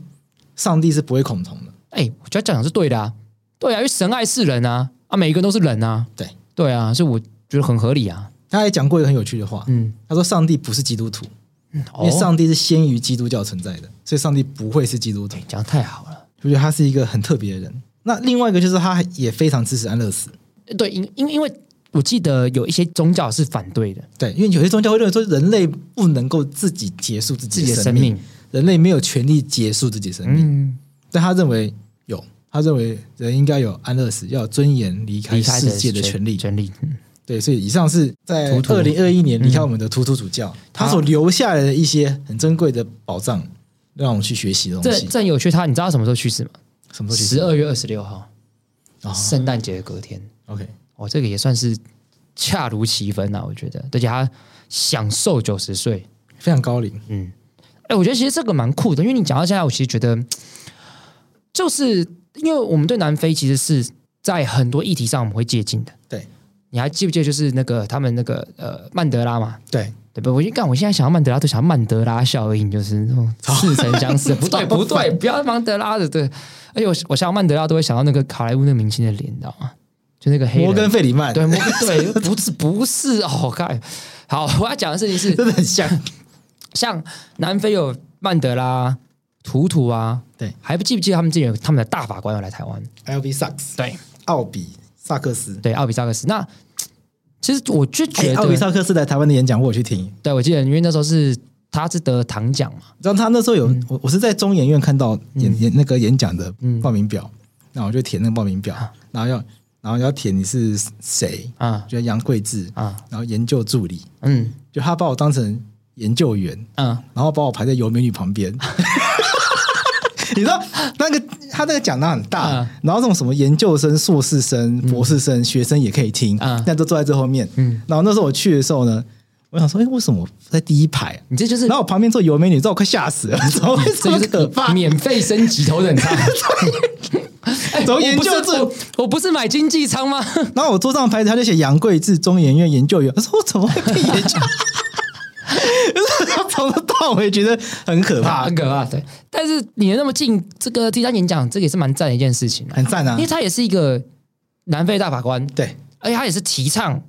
S2: 上帝是不会孔同的。
S3: 哎，我觉得这样讲是对的啊，对啊，因为神爱世人啊，啊，每一个人都是人啊，
S2: 对
S3: 对啊，所以我觉得很合理啊，
S2: 他还讲过一个很有趣的话，
S3: 嗯，
S2: 他说，上帝不是基督徒，因
S3: 哦
S2: 为，上帝是先于基督教存在的，所以上帝不会是基督徒
S3: 哎。讲得太好了。
S2: 我觉得他是一个很特别的人。那另外一个就是，他也非常支持安乐死。
S3: 对，因因因为我记得有一些宗教是反对的
S2: 对，因为有些宗教会认为说，人类不能够自己结束自
S3: 自
S2: 己
S3: 己
S2: 的
S3: 的生
S2: 生命，
S3: 命，
S2: 人类没有权利结束自己的生命。
S3: 嗯，
S2: 但他认为有，他认为人应该有安乐死，要有尊严离开
S3: 离开
S2: 世界的权利。
S3: 权利，嗯
S2: 对，所以以上是在
S3: 图图
S2: 二零二一年离开我们的图图主教，他所留下来的一些很珍贵的宝藏，让我们去学习的东
S3: 这
S2: 西。
S3: 这很有趣。他你知道他什么时候去世吗？
S2: 什么时候去
S3: 十二月二十六号，
S2: 哦
S3: 圣诞节的隔天。
S2: ？OK，
S3: 哦，这个也算是恰如其分啊，我觉得。而且他享受九十岁，
S2: 非常高龄。
S3: 嗯，哎、我觉得其实这个蛮酷的，因为你讲到现在，我其实觉得，就是因为我们对南非其实是在很多议题上我们会借鉴的。
S2: 对，
S3: 你还记不记得就是那个他们那个呃曼德拉嘛？
S2: 对，
S3: 对不？我就干，我现在想要曼德拉，都想要曼德拉效应，就是那种
S2: 哦
S3: 似曾相 识。不对，不对，不要曼德拉的。对，而且我我想要曼德拉，都会想到那个好莱坞那个明星的脸，你知道吗？就那个黑人
S2: 摩根费里曼，
S3: 对，摩根对，不是不是哦，看，好，我要讲的事情是，
S2: 真的很像。
S3: 像南非有曼德拉、图图啊，
S2: 对，
S3: 还不记不记得他们之前有他们的大法官要来台湾？
S2: LV Sachs，
S3: 对
S2: 奥比萨克斯，
S3: 对，奥比萨克斯。那其实我就觉
S2: 哎，
S3: 得，
S2: 奥比萨克斯来台湾的演讲我有去听，
S3: 对我记得，因为那时候是他是得糖奖嘛，
S2: 然后他那时候有
S3: 嗯
S2: 我，我是在中研院看到演演那个演讲的报名表，那我就填那个报名表，然后要然后要填你是谁，
S3: 啊
S2: 就杨贵志，
S3: 啊
S2: 然后研究助理，
S3: 嗯
S2: 就他把我当成研究员，
S3: 嗯，
S2: 然后把我排在尤美女旁 边。你知道那个他那个讲堂很大，
S3: 嗯
S2: 然后这种什么研究生、硕士生、博士生、学生也可以听，
S3: 嗯
S2: 但都坐在最后面。
S3: 嗯
S2: 然后那时候我去的时候呢，我想说，哎，为什么我在第一排啊、
S3: 你这就 是
S2: 然后我旁边坐尤美女，你知道我快吓死 了，怎么会这么
S3: 这
S2: 可
S3: 就是
S2: 怕？
S3: 免费升级头等舱。 哎
S2: 从
S3: 我
S2: 研
S3: 不是
S2: 究制
S3: 我我不是买经济舱 吗？
S2: 然后我桌上的牌子，他就写杨贵志中研院研究员，我说我怎么会被研究？ 从头到尾觉得很可怕
S3: 很，可怕，对。但是你能那么近，这个第三演讲，这个也是蛮赞的一件事情啊。
S2: 很赞啊
S3: 因为！他也是一个南非大法官，
S2: 对
S3: 而且他也是提倡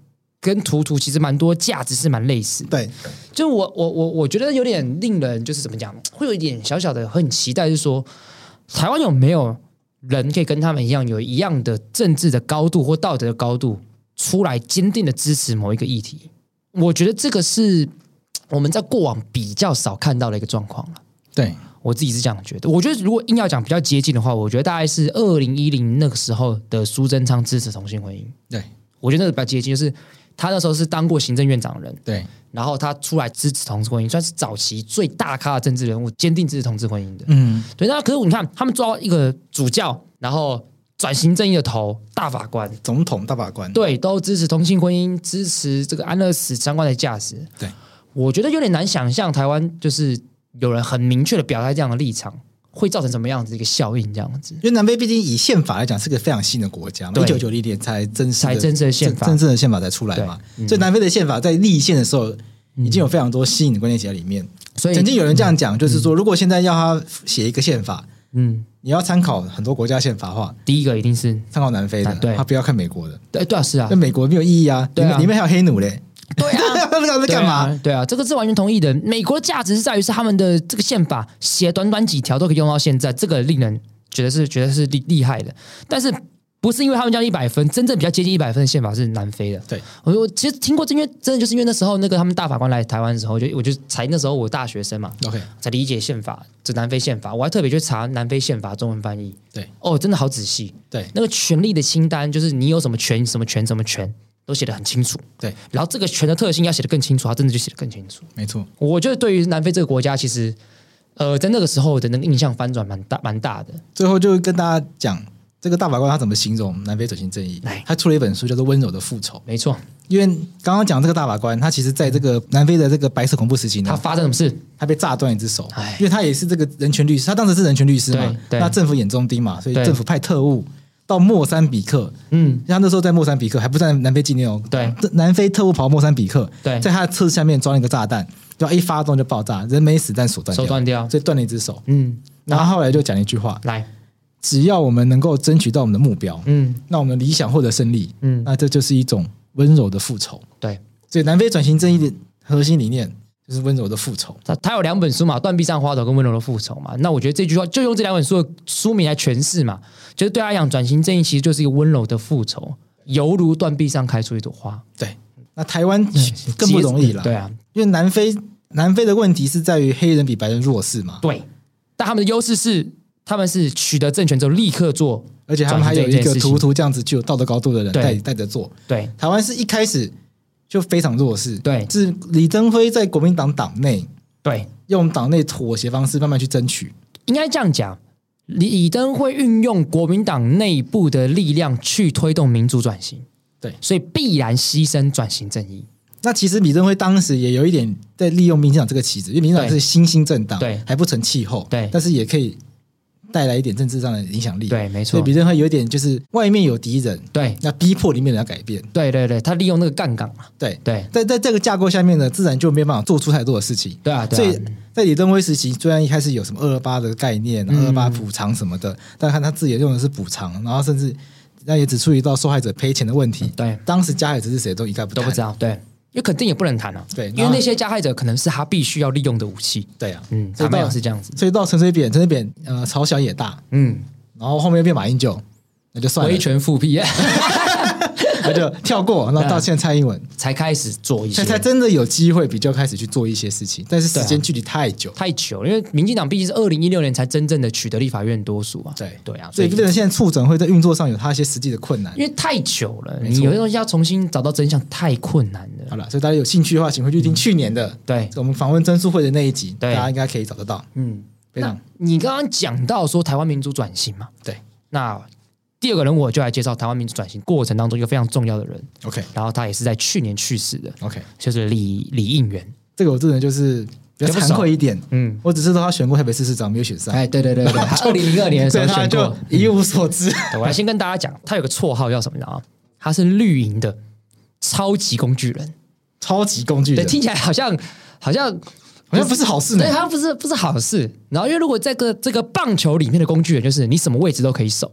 S3: 跟图图其实蛮多价值是蛮类似的。
S2: 对，
S3: 就是我我我我觉得有点令人就是怎么讲，会有一点小小的很期待，是说台湾有没有人可以跟他们一样有一样的政治的高度或道德的高度，出来坚定的支持某一个议题？我觉得这个是我们在过往比较少看到的一个状况了。
S2: 对，
S3: 我自己是这样觉得。我觉得如果硬要讲比较接近的话，我觉得大概是二零一零那个时候的苏贞昌支持同性婚姻，
S2: 对，
S3: 我觉得那个比较接近，就是他那时候是当过行政院长的人。
S2: 对，
S3: 然后他出来支持同志婚姻，算是早期最大咖的政治人物，坚定支持同志婚姻的。
S2: 嗯，
S3: 对，那可是你看，他们抓到一个主教，然后转型正义的头大法官，
S2: 总统大法官，
S3: 对，都支持同性婚姻，支持这个安乐死相关的价值。
S2: 对，
S3: 我觉得有点难想象台湾就是有人很明确的表态这样的立场，会造成什么样子一个效应，这样子。
S2: 因为南非毕竟以宪法来讲是个非常新的国家嘛，
S3: 对
S2: 一九九零年才真实的
S3: 才真正的宪法嗯
S2: 真真正的宪法才出来嘛，所以南非的宪法在立宪的时候已经有非常多新颖的观念写在里面。
S3: 所以
S2: 曾经有人这样讲，就是说，如果现在要他写一个宪法，
S3: 嗯，
S2: 你要参考很多国家宪法的话，
S3: 第一个一定是
S2: 参考南非的，
S3: 啊对
S2: 他不要看美国的，
S3: 对对啊，是啊
S2: 那，美国没有意义啊，
S3: 对啊
S2: 里面里面还有黑奴 嘞，对 啊，那个在干嘛？
S3: 对啊？对啊，这个是完全同意的。美国的价值是在于是他们的这个宪法写短短几条都可以用到现在，这个令人觉得是觉得是厉厉害的。但是不是因为他们叫一百分，真正比较接近一百分的宪法是南非的。
S2: 对，
S3: 我我其实听过，因为真的就是因为那时候那个他们大法官来台湾的时候，我就我就才那时候我大学生嘛，
S2: OK，
S3: 才理解宪法，这南非宪法，我还特别去查南非宪法中文翻译。
S2: 对，
S3: 哦，真的好仔细。
S2: 对
S3: 那个权利的清单，就是你有什么权、什么权、什么权，都写得很清楚。
S2: 对，
S3: 然后这个权的特性要写得更清楚，它真的就写得更清楚。
S2: 没错，
S3: 我觉得对于南非这个国家，其实呃，在那个时候的那个印象翻转蛮大蛮大的。
S2: 最后就跟大家讲。这个大法官他怎么形容南非转型正义
S3: 来？
S2: 他出了一本书叫做《温柔的复仇》，
S3: 没错，
S2: 因为刚刚讲这个大法官，他其实在这个南非的这个白色恐怖时期呢，
S3: 它发生什么事？
S2: 他被炸断一只手
S3: 唉，
S2: 因为他也是这个人权律师，他当时是人权律师嘛，
S3: 哎对对
S2: 那政府眼中钉嘛，所以
S3: 对
S2: 政府派特务到莫桑比克，
S3: 嗯，
S2: 他那时候在莫桑比克还不在南非境内哦，
S3: 对，
S2: 南非特务跑到莫桑比克，
S3: 对
S2: 在他的车下面装了一个炸弹，然后一发动就爆炸，人没死但手断掉，
S3: 手断掉
S2: 所以断了一只手，
S3: 嗯，
S2: 然后后来就讲了一句话：
S3: 来，
S2: 只要我们能够争取到我们的目标，
S3: 嗯
S2: 那我们的理想获得胜利，
S3: 嗯，
S2: 那这就是一种温柔的复仇。
S3: 对。
S2: 所以南非转型正义的核心理念就是温柔的复仇。
S3: 他他有两本书嘛，《断臂上花朵》跟《温柔的复仇》嘛。那我觉得这句话就用这两本书的书名来诠释嘛，就是对他来讲，转型正义其实就是一个温柔的复仇，犹如断臂上开出一朵花，
S2: 对，那台湾嗯更不容易了，
S3: 嗯对，啊，
S2: 因为南非南非的问题是在于黑人比白人弱势嘛，
S3: 对。但他们的优势是，他们是取得政权之后立刻做，
S2: 而且他们还有一
S3: 转型这
S2: 个
S3: 件事情
S2: 图图这样子具有道德高度的人
S3: 对
S2: 带带着做。
S3: 对
S2: 台湾是一开始就非常弱势，
S3: 对
S2: 是李登辉在国民党党内
S3: 对，
S2: 用党内妥协方式慢慢去争取，
S3: 应该这样讲，李李登辉运用国民党内部的力量去推动民主转型，
S2: 对
S3: 所以必然牺牲转型正义。
S2: 那其实李登辉当时也有一点在利用民进党这个棋子，因为民进党
S3: 对
S2: 是新兴政党，
S3: 对
S2: 还不成气候，
S3: 对
S2: 但是也可以带来一点政治上的影响力，，
S3: 对，没
S2: 所
S3: 错
S2: 以，李登辉有一点就是外面有敌人，
S3: 对
S2: 那逼迫里面人要改变，
S3: 对对对，他利用那个杠杆嘛，
S2: 对，
S3: 对
S2: 在在这个架构下面呢，自然就没办法做出太多的事情。
S3: 对啊，
S2: 所
S3: 对
S2: 以
S3: 啊，
S2: 在李登辉时期，虽然一开始有什么二二八的概念、二二
S3: 嗯
S2: 八补偿什么的，但看他自己用的是补偿，然后甚至那也只注意到受害者赔钱的问题。
S3: 对
S2: 当时加害者是谁都一概不
S3: 都不知
S2: 道。
S3: 道，对，因为肯定也不能谈啊，
S2: 对
S3: 因
S2: 然
S3: 为
S2: 后
S3: 那些加害者可能是他必须要利用的武器，
S2: 对啊，
S3: 嗯，
S2: 所
S3: 他
S2: 以
S3: 们
S2: 到
S3: 也是这样子，
S2: 所以到陈水扁，陈水扁呃朝小野大，
S3: 嗯，
S2: 然后后面又变马英九，那就算
S3: 维
S2: 了，
S3: 嗯权复辟
S2: 那就跳过，然后
S3: 嗯
S2: 到现在蔡英文，
S3: 才开始做一些
S2: 才，才真的有机会比较开始去做一些事情，但是时
S3: 对啊
S2: 间距离太久，
S3: 太久了，因为民进党毕竟是二零一六年才真正的取得立法院多数啊，
S2: 对
S3: 对啊，
S2: 所以变成现在促转会在运作上有它一些实际的困难
S3: 因。为太久了，
S2: 错
S3: 你有些东西要重新找到真相太困难
S2: 好
S3: 了。
S2: 了，所以大家有兴趣的话，请回去听去年的
S3: 对，
S2: 我们访问曾淑慧的那一集，大
S3: 对
S2: 家应该可以找得到。
S3: 嗯，
S2: 非常
S3: 你刚刚讲到说台湾民主转型嘛，
S2: 对，
S3: 那第二个人我就来介绍台湾民主转型过程当中一个非常重要的人，
S2: OK
S3: 然后他也是在去年去世的，
S2: OK，
S3: 就是李李应元。
S2: 这个我真的就是比较
S3: 比较不
S2: 惭
S3: 熟
S2: 愧一点，
S3: 嗯，
S2: 我只是说他选过台北市市长，没有选上，
S3: 哎，对对对 对，他二零零二年的时
S2: 所以
S3: 候
S2: 他
S3: 选
S2: 就
S3: 过。
S2: 一无所知。
S3: 对我来先跟大家讲，他有个绰号叫什么？你知道吗？他是绿营的超级工具人。
S2: 超级工具
S3: 对，
S2: 人，
S3: 听起来好像好像
S2: 好像不是好事呢
S3: 对，。它不是不是好事。然后因为如果这个这个棒球里面的工具人就是你什么位置都可以守，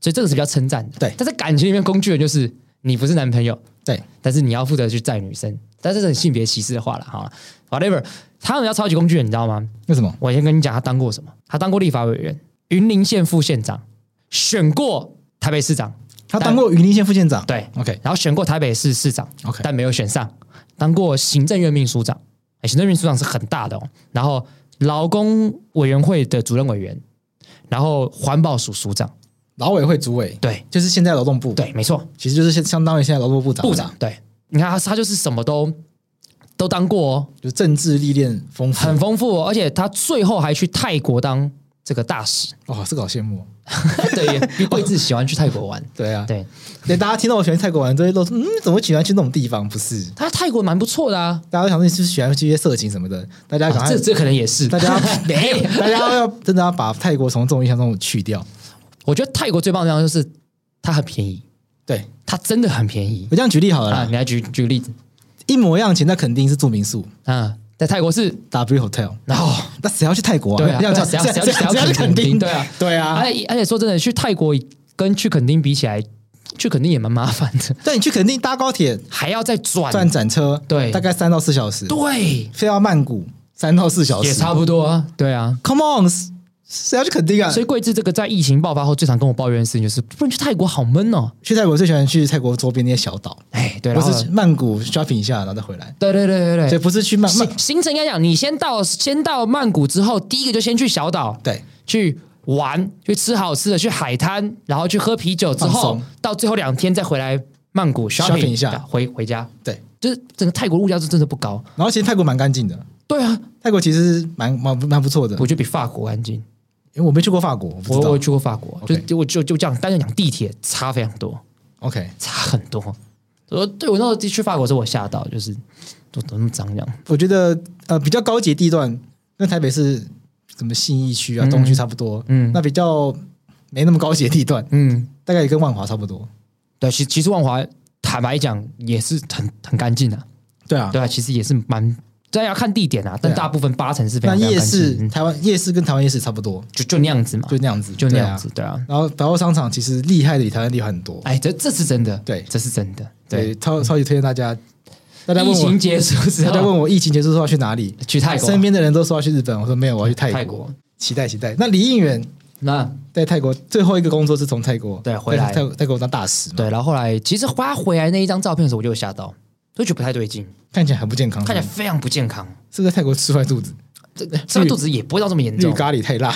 S3: 所以这个是比较称赞的。
S2: 对
S3: 但在感情里面工具人就是你不是男朋友，
S2: 对，
S3: 但是你要负责去载女生，但这是很性别歧视的话了，好了，whatever，他们要超级工具人，你知道吗？
S2: 为什么？
S3: 我先跟你讲，他当过什么？他当过立法委员，云林县副县长，选过台北市长，
S2: 他当过云林县副县长，
S3: 对，
S2: ，OK
S3: 然后选过台北市市长
S2: OK
S3: 但没有选上，当过行政院秘书长，哎，行政院秘书长是很大的哦，然后劳工委员会的主任委员，然后环保署署长，
S2: 劳委会主委，
S3: 对
S2: 就是现在劳动部，，
S3: 对，没错，
S2: 其实就是现相当于现在劳动部长，
S3: 部长，对，你看他他就是什么都都当过哦，
S2: 就是政治历练丰富，
S3: 很丰富、哦，而且他最后还去泰国当这个大使，
S2: 哇，这个好羡慕哦，
S3: 对，也比桂志喜欢去泰国玩，
S2: 对啊，
S3: 对
S2: 对，大家听到我喜欢去泰国玩，都会都说，嗯，怎么会喜欢去那种地方？不是，
S3: 他泰国蛮不错的啊，
S2: 大家都想说你是不是喜欢去一些色情什么的，大家赶
S3: 啊
S2: 快，
S3: 这这可能也是
S2: 大， 家要
S3: 没有
S2: 大家要真的要把泰国从这种印象中去掉。
S3: 我觉得泰国最棒的地方就是它很便宜，
S2: 对
S3: 它真的很便宜
S2: 我这样举例好了啦，
S3: 啊！你来举举个例子
S2: 一模一样的钱，那肯定是住民宿
S3: 啊，在泰国是
S2: W Hotel，
S3: 然后
S2: 那谁要去泰国啊？
S3: 对啊
S2: 要
S3: 对
S2: 这
S3: 啊
S2: 样，
S3: 谁要
S2: 这样
S3: 谁
S2: 这
S3: 要
S2: 样
S3: 谁要
S2: 这样
S3: 去
S2: 肯
S3: 垦丁
S2: 定，
S3: 对啊
S2: 对啊。
S3: 而且而且说真的，去泰国跟去垦丁比起来，去垦丁也蛮麻烦的，
S2: 但你去肯定搭高铁
S3: 还要再转，
S2: 转缆车，
S3: 对
S2: 大概三到四小时，
S3: 对，
S2: 飞到曼谷三到四小时，
S3: 也差不多啊，对啊。
S2: Come on，谁谁要去肯定啊？
S3: 所以桂枝这个在疫情爆发后最常跟我抱怨的事情就是，不然去泰国好闷哦。
S2: 去泰国最喜欢去泰国周边那些小岛，
S3: 哎，对，
S2: 不
S3: 然后
S2: 是曼谷 shopping 一下，然后再回来。
S3: 对对对对
S2: 对，
S3: 对。
S2: 不是去曼曼
S3: 行行程应该讲，你先到先到曼谷之后，第一个就先去小岛，
S2: 对
S3: 去玩，去吃好吃的，去海滩，然后去喝啤酒之
S2: 放
S3: 后
S2: 松，
S3: 到最后两天再回来曼谷
S2: shopping 一下
S3: 回回家。
S2: 对。
S3: 就是整个泰国物价是真的不高，
S2: 然后其实泰国蛮干净的，
S3: 对啊，
S2: 泰国其实蛮蛮蛮不错的。
S3: 我觉得比法国安静。
S2: 因为我没去过法国，我不
S3: 我
S2: 知
S3: 我
S2: 道。
S3: 去过法国，就
S2: OK
S3: 就我就就这样，单纯讲地铁差非常多，
S2: OK，
S3: 差很多。我对我那时候去法国的时候，我吓到，就是怎么那么脏这样。
S2: 我觉得呃比较高级的地段跟台北市什么信义区啊、
S3: 嗯
S2: 东区差不多，
S3: 嗯
S2: 那比较没那么高级的地段，
S3: 嗯，
S2: 大概也跟万华差不多。
S3: 对，啊其其实万华坦白讲也是很很干净的、
S2: 对啊，
S3: 对啊，其实也是蛮，这要看地点啊，
S2: 对
S3: 但
S2: 啊
S3: 大部分八成是非
S2: 那
S3: 常非常
S2: 夜
S3: 干
S2: 市
S3: 净，嗯
S2: 台湾夜市跟台湾夜市差不多，
S3: 就就那样子嘛，
S2: 就那样子，
S3: 就那
S2: 对啊
S3: 样子，对啊。
S2: 然后百货商场其实厉害的比台湾厉害很多，
S3: 哎，这这是真的，
S2: 对
S3: 这是真的，
S2: 对，
S3: 对。
S2: 超超级推荐大家。大家问
S3: 疫
S2: 我
S3: 情，结束之
S2: 大家问
S3: 后
S2: 我疫情结束说要去哪里？
S3: 去泰国，啊
S2: 身边的人都说要去日本，我说没有，我要去泰
S3: 泰
S2: 国。
S3: 国，
S2: 期待期待。那李应元
S3: 那
S2: 在泰国最后一个工作是从泰国
S3: 对回来
S2: 在泰泰国当大使嘛，
S3: 对，然后后来其实花回来那一张照片的时候，我就有吓到，就觉得不太对劲，
S2: 看起来很不健康，
S3: 看起来非常不健康，
S2: 是不是在泰国吃坏肚子，
S3: 这这个肚子也不会到这么严
S2: 绿
S3: 重，
S2: 咖喱太 辣。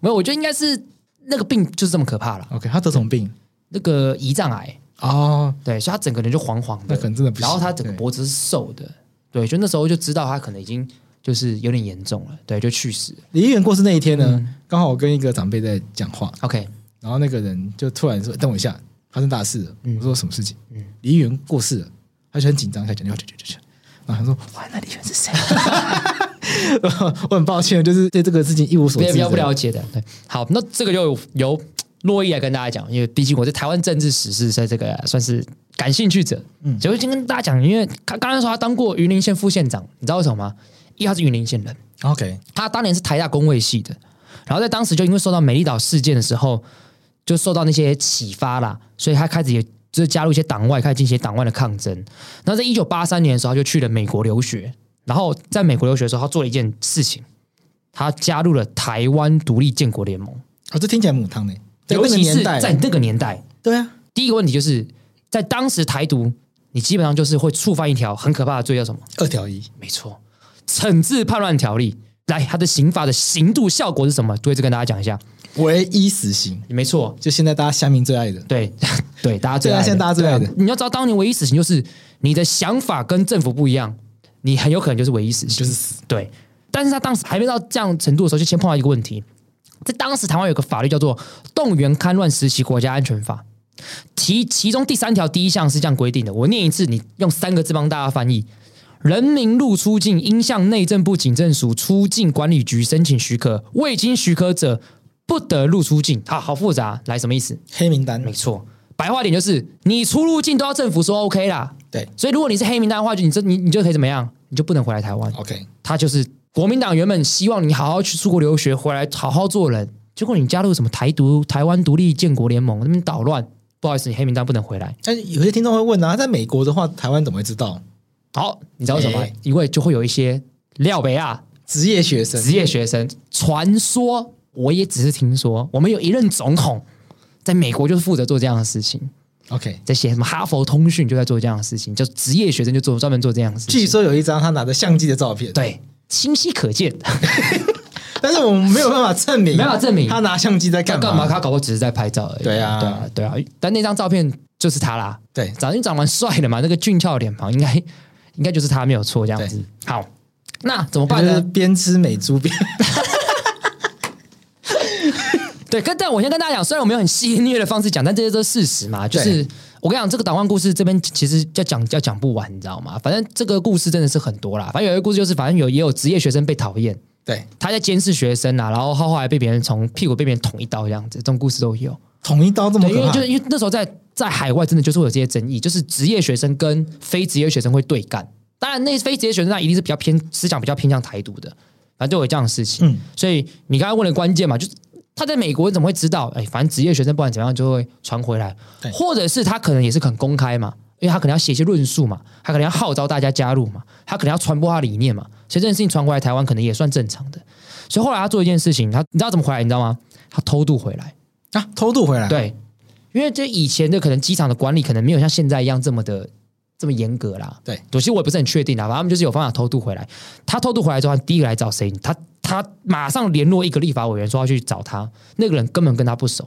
S3: 没有，我觉得应该是那个病就是这么可怕了，
S2: OK，他得什么病？
S3: 那个胰脏癌，
S2: 哦，
S3: 对，所以他整个人就黄黄的，
S2: 那可能真的不行
S3: 然后他整个脖子是瘦的，对，就那时候就知道他可能已经就是有点严重了，对，就去世了。
S2: 李应元过世那一天呢，
S3: 嗯
S2: 刚好我跟一个长辈在讲话，
S3: OK，
S2: 然后那个人就突然说：“等我一下，发生大事了。”
S3: 嗯
S2: 我说：“什么事情？”李应元过世了，他就很紧张，开始讲电话，去去去去。然后他说：“哇，那李应元是谁？” 我很抱歉，就是对这个事情一无所
S3: 别
S2: 知，
S3: 比较不了解的，对，好，那这个就由洛伊来跟大家讲，因为毕竟我对台湾政治史是在这个算是感兴趣者，嗯，所以我先跟大家讲，因为刚刚才说他当过云林县副县长，你知道为什么吗？因为他是云林县人，
S2: OK，
S3: 他当年是台大工卫系的，然后在当时就因为受到美丽岛事件的时候，就受到那些启发啦，所以他开始也就是加入一些党外，开始进行一些党外的抗争。然后在一九八三年的时候，他就去了美国留学，然后在美国留学的时候，他做了一件事情，他加入了台湾独立建国联盟，
S2: 哦，这听起来母汤呢，在
S3: 尤
S2: 那个
S3: 其是
S2: 年代，
S3: 在那个年代，
S2: 对啊，
S3: 第一个问题就是在当时台独，你基本上就是会触犯一条很可怕的罪，叫什么？
S2: 二条一，
S3: 没错，惩治叛乱条例。来，它的刑法的刑度效果是什么？对，这跟大家讲一下。
S2: 唯一死刑，
S3: 没错，
S2: 就现在大家乡民最爱的。
S3: 对 对，大家最爱
S2: 对啊
S3: 的，
S2: 现在大家最爱的
S3: 对啊你要知道，当年唯一死刑就是你的想法跟政府不一样，你很有可能就是唯一死刑，
S2: 就是死。
S3: 对，但是他当时还没到这样程度的时候，就先碰到一个问题，在当时台湾有个法律叫做《动员戡乱时期国家安全法》，其其中第三条第一项是这样规定的，我念一次，你用三个字帮大家翻译。人民入出境应向内政部警政署出境管理局申请许可，未经许可者不得入出境。啊，好复杂，来什么意思？
S2: 黑名单
S3: 没，错，白话点就是你出入境都要政府说 OK 啦。
S2: 对
S3: 所以如果你是黑名单的话，就你这你你就可以怎么样？你就不能回来台湾。
S2: ，OK，
S3: 他就是国民党原本希望你好好去出国留学，回来好好做人，结果你加入什么台独、台湾独立建国联盟那边捣乱，不好意思，你黑名单不能回来。
S2: 但哎有些听众会问啊，在美国的话，台湾怎么会知道？
S3: 好，你知道为什么吗？
S2: 哎
S3: 因为就会有一些廖北亚
S2: 职业学生，
S3: 职业学生，传说我也只是听说，我们有一任总统在美国就是负责做这样的事情，
S2: OK。
S3: 在写什么哈佛通讯就在做这样的事情，就职业学生就做专门做这样的事情。
S2: 据说有一张他拿着相机的照片，，
S3: 对，清晰可见。
S2: 但是我们没有办法证明，
S3: 没办法证明
S2: 他拿相机在
S3: 他
S2: 干
S3: 干嘛？他搞不好只是在拍照而已。
S2: 对啊
S3: 对啊，对啊。但那张照片就是他啦，
S2: 对，
S3: 长就长蛮帅的嘛，那个俊俏脸庞应该 应该就是他没有错，这样子。好，那怎么
S2: 他
S3: 办
S2: 就是
S3: 呢？
S2: 边吃美猪边
S3: 对，跟但我先跟大家讲，虽然我们用很戏谑的方式讲，但这些都是事实嘛。就是我跟你讲，这个打换故事这边其实要讲要讲不完，你知道吗？反正这个故事真的是很多啦。反正有一个故事就是，反正有也有职业学生被讨厌，
S2: 对
S3: 他在监视学生啊，然后后来被别人从屁股被别人捅一刀这样子，这种故事都有。
S2: 捅一刀这么
S3: 对，因
S2: 可
S3: 为
S2: 怕
S3: 就，因为那时候在在海外真的就是会有这些争议，就是职业学生跟非职业学生会对干。当然，那非职业学生那一定是比较偏思想比较偏向台独的，反正就有这样的事情。
S2: 嗯
S3: 所以你刚才问的关键嘛，就是他在美国怎么会知道？哎，反正职业学生不管怎么样就会传回来
S2: 对，
S3: 或者是他可能也是很公开嘛，因为他可能要写一些论述嘛，他可能要号召大家加入嘛，他可能要传播他理念嘛，所以这件事情传回来台湾可能也算正常的。所以后来他做一件事情，他你知道怎么回来？你知道吗？他偷渡回来。
S2: 啊，偷渡回来，
S3: 对，因为这以前的可能机场的管理可能没有像现在一样这么的这么严格啦。
S2: 对，
S3: 其实我也不是很确定啦，反正他们就是有方法偷渡回来。他偷渡回来之后，他第一个来找谁？他他马上联络一个立法委员说要去找他，那个人根本跟他不熟，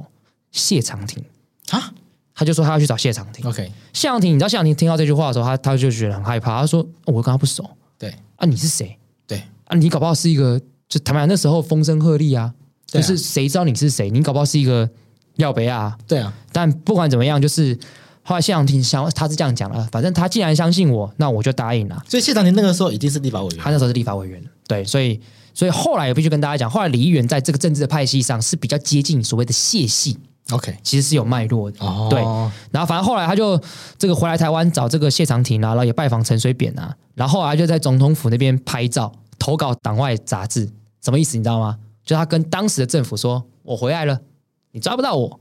S3: 谢长廷。
S2: 啊
S3: 他就说他要去找谢长廷。
S2: ，OK，
S3: 谢长廷，你知道谢长廷听到这句话的时候，他他就觉得很害怕。他说：“哦我跟他不熟
S2: 对
S3: 啊，你是谁
S2: 对
S3: 啊？你搞不好是一个就坦白讲那时候风声鹤唳啊，就
S2: 对啊
S3: 是谁知道你是谁？你搞不好是一个廖北亚啊、
S2: 对啊，
S3: 但不管怎么样，就是后来谢长廷想，他是这样讲了，反正他既然相信我，那我就答应了。
S2: 所以谢长廷那个时候已经是立法委员
S3: 他，那时候是立法委员，对，所以所以后来也必须跟大家讲，后来李议员在这个政治的派系上是比较接近所谓的谢系，
S2: OK，
S3: 其实是有脉络的。
S2: 哦，
S3: 对然后反正后来他就这个回来台湾找这个谢长廷啊，然后也拜访陈水扁啊，然后后来就在总统府那边拍照投稿党外杂志，什么意思你知道吗？就他跟当时的政府说：“我回来了，你抓不到我。”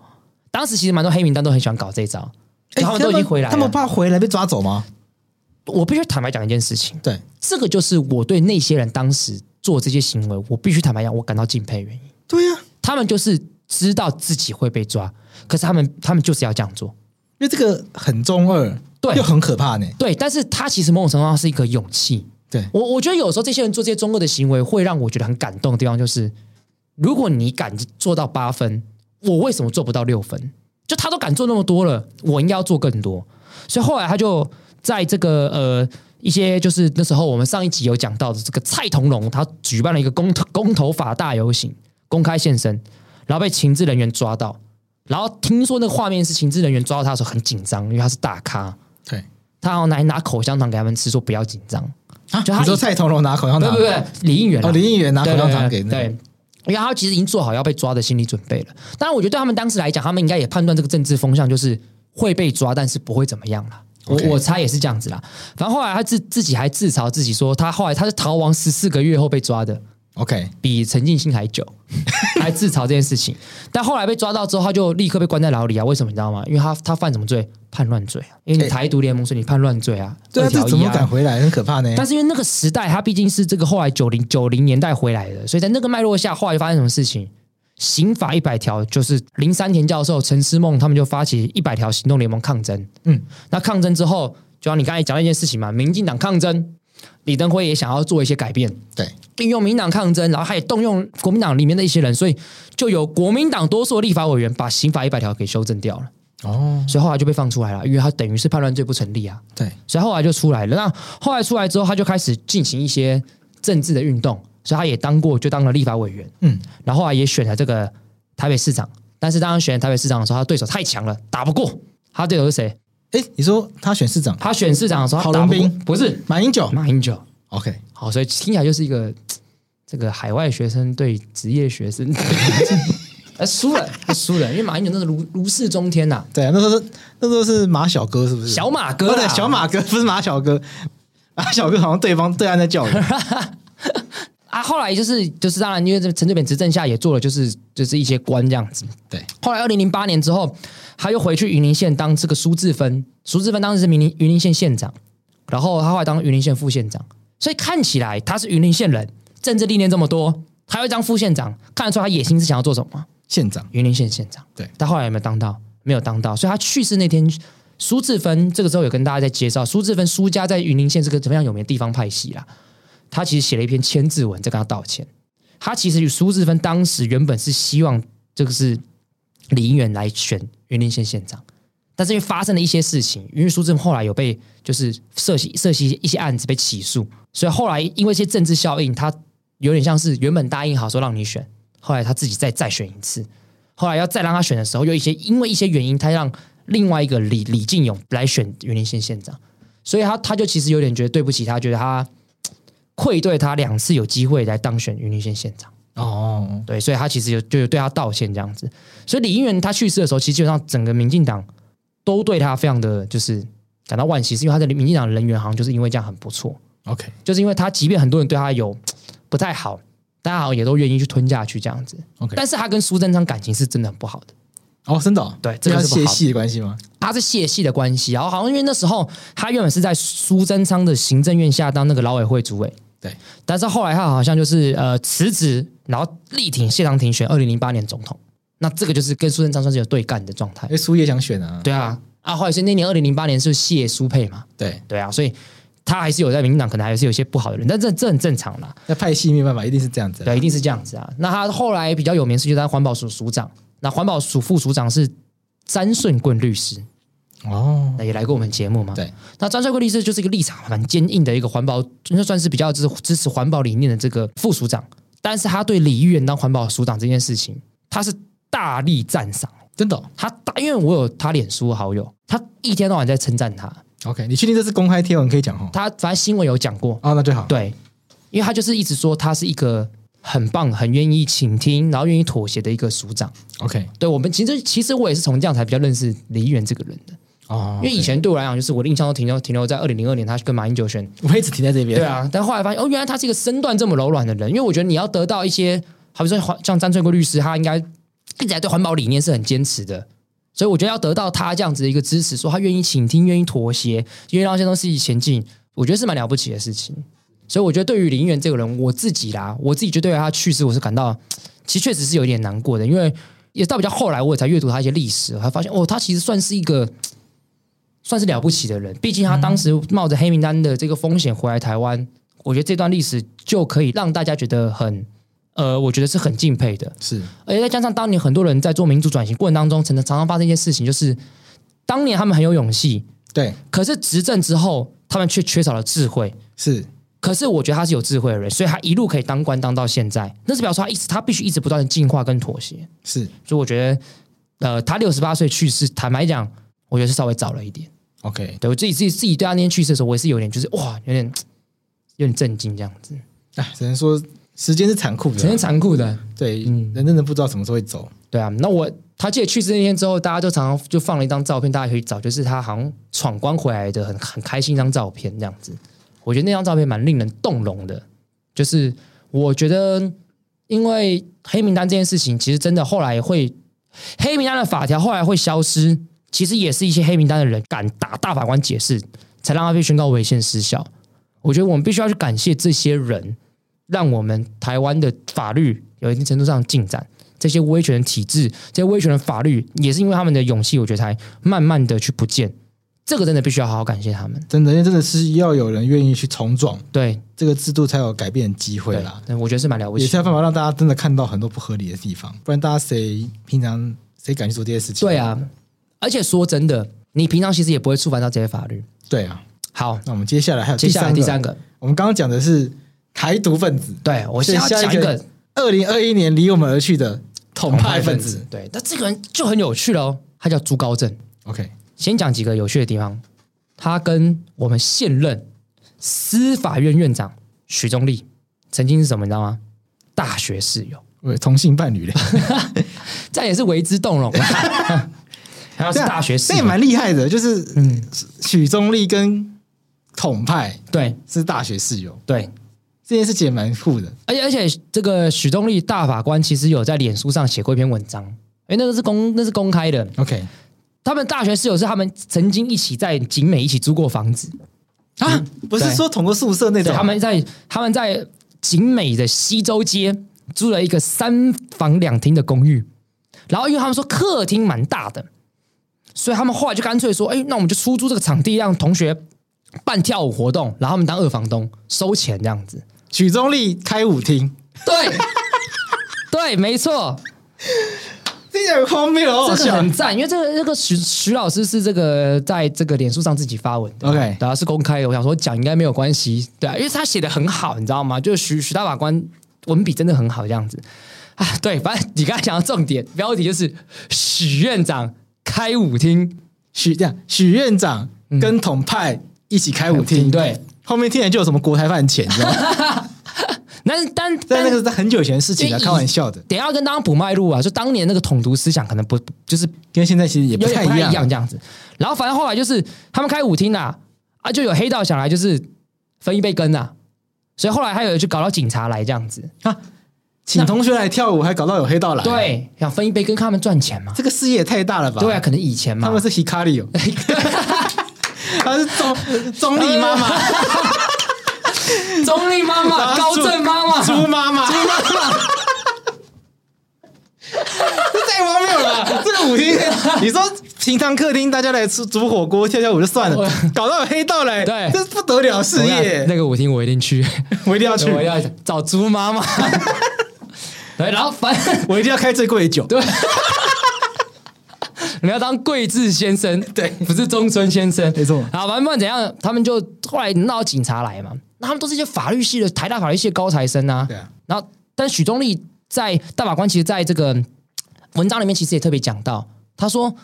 S3: 当时其实蛮多黑名单都很喜欢搞这一招，
S2: 哎，
S3: 然后他们都已经回来了。
S2: 他们怕回来被抓走吗？
S3: 我必须坦白讲一件事情，
S2: 对，
S3: 这个就是我对那些人当时做这些行为，我必须坦白讲，我感到敬佩的原因。
S2: 对啊呀、
S3: 他们就是知道自己会被抓，可是他们他们就是要这样做。
S2: 因为这个很中二，
S3: 对
S2: 又很可怕呢。
S3: 对，但是他其实某种程度上是一个勇气。
S2: 对
S3: 我我觉得有时候这些人做这些中二的行为，会让我觉得很感动的地方就是，如果你敢做到八分，我为什么做不到六分？就他都敢做那么多了，我应该要做更多。所以后来他就在这个呃一些就是那时候我们上一集有讲到的这个蔡同龙，他举办了一个公投公投法大游行，公开现身，然后被情治人员抓到。然后听说那个画面是情治人员抓到他的时候很紧张，因为他是大咖，
S2: 对
S3: 他好像拿拿口香糖给他们吃，说不要紧张。
S2: 啊，
S3: 就他
S2: 你说蔡同荣拿口香
S3: 对
S2: 糖，
S3: 对对，李应元啊、
S2: 哦，林议员拿口
S3: 对
S2: 香糖给
S3: 对
S2: 那
S3: 对
S2: 个
S3: 对，因为他其实已经做好要被抓的心理准备了。当然，我觉得对他们当时来讲，他们应该也判断这个政治风向就是会被抓，但是不会怎么样啦。我
S2: OK
S3: 我猜也是这样子啦。反正后来他自自己还自嘲自己说，他后来他是逃亡十四个月后被抓的，
S2: ，OK，
S3: 比陈进兴还 久，还自嘲这件事情。但后来被抓到之后，他就立刻被关在牢里啊！为什么你知道吗？因为他他犯什么罪？叛乱罪啊！因为你
S2: 哎
S3: 台独联盟，所以你叛乱罪啊！
S2: 对啊，
S3: 二条
S2: 这
S3: 一
S2: 怎么敢回来？很可怕呢。
S3: 但是因为那个时代，它毕竟是这个后来九零九零年代回来的，所以在那个脉络下，后来发生什么事情？刑法一百条就是林三田教授、陈思梦他们就发起一百条行动联盟抗争。
S2: 嗯，
S3: 那抗争之后，就像你刚才讲的一件事情嘛，民进党抗争，李登辉也想要做一些改变，
S2: 对
S3: 利用民进党抗争，然后他也动用国民党里面的一些人，所以就有国民党多数的立法委员把刑法一百条给修正掉了，
S2: 哦，
S3: 所以后来就被放出来了，因为他等于是叛乱罪不成立啊。
S2: 对
S3: 所以后来就出来了。那后来出来之后，他就开始进行一些政治的运动，所以他也当过，就当了立法委员，
S2: 嗯，
S3: 然后后来也选了这个台北市长。但是当他选台北市长的时候，他对手太强了，打不过。他对手是谁？
S2: 哎，你说他选市长
S3: 他选市长的时候，他打
S2: 郝
S3: 不
S2: 龙
S3: 过
S2: 斌，
S3: 不是
S2: 马英九
S3: 马英九。
S2: ，OK，
S3: 好，所以听起来就是一个嘖这个海外学生对职业学生，呃，输了，输了，因为马英九那是如如释中天呐、
S2: 对啊，那时候是那时候是马小哥是不是？
S3: 小马
S2: 不
S3: 哥啊啦
S2: 对， 小马哥不是马小哥，马小哥好像对方对岸在叫我。
S3: 啊，后来就是就是当然，因为这陈水扁执政下也做了就是就是一些官这样子。
S2: 对，
S3: 后来二零零八年之后，他又回去云林县当这个苏志芬，苏志芬当时是云林云林县县长，然后他后来当云林县副县长，所以看起来他是云林县人，政治历练这么多，他又当副县长，看得出他野心是想要做什么吗。
S2: 县长
S3: 云林县县长。
S2: 对
S3: 但后来有没有当到？没有当到，所以他去世那天，苏志芬这个时候有跟大家在介绍，苏志芬苏家在云林县是个怎么样有名的地方派系啦。他其实写了一篇千字文在跟他道歉。他其实与苏志芬当时原本是希望这个是李应元来选云林县县长，但是因为发生了一些事情，因为苏志芬后来有被就是涉及涉及一些案子被起诉，所以后来因为一些政治效应，他有点像是原本答应好说让你选，后来他自己再再选一次，后来要再让他选的时候，有一些因为一些原因，他让另外一个李李进勇来选云林县县长，所以他他就其实有点觉得对不起他，觉得他嘖愧对他两次有机会来当选云林县县长，
S2: 哦，
S3: 对，所以他其实有就有对他道歉这样子。所以李应元他去世的时候，其实基本上整个民进党都对他非常的就是感到惋惜，是因为他在民进党的人缘好像就是因为这样很不错，
S2: OK，
S3: 就是因为他，即便很多人对他有不太好，大家好像也都愿意去吞下去这样子。
S2: OK
S3: 但是他跟苏贞昌感情是真的很不好的，
S2: 哦，真的、哦，
S3: 对
S2: 这
S3: 这个
S2: 要
S3: 是不好
S2: 泄气的关系吗？
S3: 他是泄系的关系。然后好像因为那时候他原本是在苏贞昌的行政院下当那个劳委会主委，
S2: 对，
S3: 但是后来他好像就是呃辞职，然后力挺谢长廷选二零零八年总统。那这个就是跟苏贞昌算是有对干的状态
S2: 因。为苏也想选啊，
S3: 对啊，啊，后来是那年二零零八年是谢苏佩嘛，
S2: 对，
S3: 对啊，所以他还是有在民进党可能还是有一些不好的人，但这这很正常啦。
S2: 那派系没办法，一定是这样子、啊。
S3: 对，一定是这样子啊。那他后来比较有名是就当环保署署长，那环保署副署长是詹顺棍律师，
S2: 哦，
S3: 那也来过我们节目嘛。
S2: 对，
S3: 那詹顺棍律师就是一个立场蛮坚硬的一个环保，应该算是比较支支持环保理念的这个副署长，但是他对李议员当环保署长这件事情，他是大力赞赏。
S2: 真的、哦、
S3: 他大，因为我有他脸书好友，他一天到晚在称赞他。
S2: OK，你确定这是公开贴文可以讲哦？
S3: 他反正新闻有讲过，
S2: 哦，那最好。
S3: 对，因为他就是一直说他是一个很棒、很愿意倾听，然后愿意妥协的一个署长。
S2: OK，
S3: 对我们其实其实我也是从这样才比较认识李议员这个人的，
S2: 哦，
S3: 因为以前对我来讲，就是我的印象都停留停留在二零零二年他跟马英九选，
S2: 我一直停在这边。
S3: 对，啊，但后来发现哦，原来他是一个身段这么柔软的人，因为我觉得你要得到一些，好比说环像张翠贵律师，他应该一直在对环保理念是很坚持的。所以我觉得要得到他这样子的一个支持，说他愿意倾听、愿意妥协、愿意让这些东西前进，我觉得是蛮了不起的事情。所以我觉得对于林远这个人，我自己啦，我自己就对他去世，我是感到其实确实是有点难过的，因为也到比较后来，我也才阅读他一些历史，我才发现哦，他其实算是一个算是了不起的人，毕竟他当时冒着黑名单的这个风险回来台湾，我觉得这段历史就可以让大家觉得很呃，我觉得是很敬佩的。
S2: 是
S3: 而且再加上当年很多人在做民主转型过程当中，常常常常发生一件事情，就是当年他们很有勇气，
S2: 对，
S3: 可是执政之后，他们却缺少了智慧。
S2: 是
S3: 可是我觉得他是有智慧的人，所以他一路可以当官当到现在，那是表示他一直他必须一直不断的进化跟妥协。
S2: 是
S3: 所以我觉得，呃，他六十八岁去世，坦白讲，我觉得是稍微早了一点。
S2: OK。
S3: 对我自己自己自己对他那天去世的时候，我也是有点就是哇，有点有点震惊这样子，
S2: 哎，只能说时间是残酷的
S3: 挺
S2: 啊，
S3: 残酷的。
S2: 对，
S3: 嗯
S2: 人真的不知道什么时候会走。
S3: 对啊，那我他记得去世那天之后，大家就常常就放了一张照片，大家可以找，就是他好像闯关回来的很很开心一张照片这样子。我觉得那张照片蛮令人动容的，就是我觉得因为黑名单这件事情，其实真的后来会黑名单的法条后来会消失，其实也是一些黑名单的人敢打大法官解释，才让他被宣告违宪失效。我觉得我们必须要去感谢这些人，让我们台湾的法律有一定程度上的进展。这些威权的体制、这些威权的法律，也是因为他们的勇气，我觉得才慢慢的去不见。这个真的必须要好好感谢他们。
S2: 真的，因为真的是要有人愿意去重撞
S3: 对，
S2: 这个制度，才有改变的机会
S3: 对
S2: 啦。
S3: 对我觉得是蛮了不
S2: 也
S3: 起
S2: 是
S3: 的。
S2: 要办法让大家真的看到很多不合理的地方，不然大家谁平常谁敢去做这些事情？
S3: 对，啊，而且说真的，你平常其实也不会触犯到这些法律。
S2: 对啊。
S3: 好，
S2: 那我们接下来还有
S3: 接
S2: 第
S3: 下来
S2: 三
S3: 第
S2: 个，
S3: 三个，
S2: 我们刚刚讲的是台独分子，
S3: 对我
S2: 所
S3: 现
S2: 以
S3: 在
S2: 下
S3: 要讲
S2: 一
S3: 一
S2: 个
S3: 个
S2: 二零二一年离我们而去的统派分子。。
S3: 对，那这个人就很有趣喽，他叫朱高正。
S2: OK，
S3: 先讲几个有趣的地方，他跟我们现任司法院院长许宗力曾经是什么，你知道吗？大学室友。
S2: 喂，同性伴 侣嘞，
S3: 这样也是为之动容啊。 还有是大学室
S2: 这也
S3: 友，
S2: 蛮厉害的，就是
S3: 嗯，
S2: 许宗力跟统派
S3: 对
S2: 是大学室友，
S3: 对，
S2: 这件事情也蛮酷的。
S3: 而且而且这个许宗力大法官其实有在脸书上写过一篇文章，哎，那个是公那是公开的，
S2: OK，
S3: 他们大学室友是他们曾经一起在景美一起租过房子啊，
S2: 不是说同个宿舍那
S3: 对
S2: 种，
S3: 他们在他们在景美的西周街租了一个三房两厅的公寓，然后因为他们说客厅蛮大的，所以他们后来就干脆说，哎，那我们就出租这个场地让同学办跳舞活动，然后他们当二房东收钱这样子。
S2: 许宗力开舞厅，
S3: 对， 对，没错，
S2: 听起来很荒谬，好好
S3: 这个
S2: 笑
S3: 很。赞，因为这个这个徐徐老师是这个在这个脸书上自己发文的
S2: OK
S3: 对啊，是公开的。我想说讲应该没有关系，对啊，因为他写的很好，你知道吗？就是徐徐大法官文笔真的很好，这样子啊，对，反正你刚才讲到重点，标题就是许院长开舞厅，
S2: 许这样，许院长跟统派一起开舞厅，
S3: 嗯对，
S2: 后面听起来就有什么国台办钱，你知道 吗？
S3: 但但
S2: 但
S3: 但
S2: 那个是在很久以前的事情
S3: 因
S2: 了，
S3: 为以
S2: 开玩笑的，
S3: 等一下要跟大家补脉络啊，就当年那个统独思想可能不就是
S2: 跟现在其实也不
S3: 有
S2: 太
S3: 点
S2: 一
S3: 不太
S2: 样。
S3: 一样这样子。然后反正后来就是他们开舞厅啊，啊就有黑道想来就是分一杯羹啊，所以后来还有就搞到警察来这样子，
S2: 啊，请同学来跳舞，还搞到有黑道来，，
S3: 对，想分一杯羹看他们赚钱嘛，
S2: 这个事业也太大了吧？
S3: 对啊，，可能以前嘛，
S2: 他们是 Hikari 哦， 他是中中立妈妈，
S3: 中立妈
S2: 然
S3: 妈、
S2: 后
S3: 高
S2: 猪
S3: 正妈妈，
S2: 猪妈妈，这太荒谬了吧！这个舞厅，你说平常客厅大家来吃煮火锅、跳跳舞就算了，搞到有黑道来，
S3: 对
S2: 这不得了事
S3: 我跟你
S2: 业
S3: 讲，那个舞厅我一定去，
S2: 我一定要 去，
S3: 我要找猪妈妈。对，然后反正
S2: 我一定要开最贵的酒。
S3: 对，啊你要当桂志先生，
S2: 对
S3: 不是中村先生，
S2: 没错
S3: 好，反正不管怎样，他们就后来闹警察来嘛，那他们都是一些法律系的台大法律系的高材生啊。
S2: 对啊
S3: 然后，但许宗力在大法官其实在这个文章里面其实也特别讲到，他说，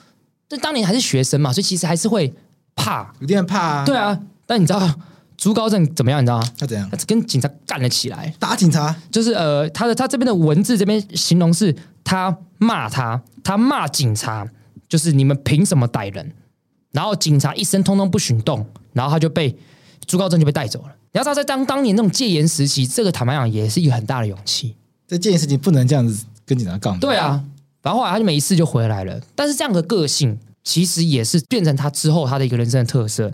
S3: 这当年还是学生嘛，所以其实还是会怕，
S2: 有点怕啊，
S3: 对啊。但你知道朱高正怎么样？你知道吗？
S2: 要怎样
S3: 他跟警察干了起来。
S2: 打警察？
S3: 就是呃，他的他这边的文字这边形容是他骂他，他骂警察，就是你们凭什么逮人？然后警察一声通通不许动，然后他就被朱高正就被带走了。你要知道，在当当年那种戒严时期，这个坦白讲也是一个很大的勇气。
S2: 这件事情不能这样子跟警察杠。
S3: 对啊，然后后来他就没事就回来了。但是这样的个性，其实也是变成他之后他的一个人生的特色。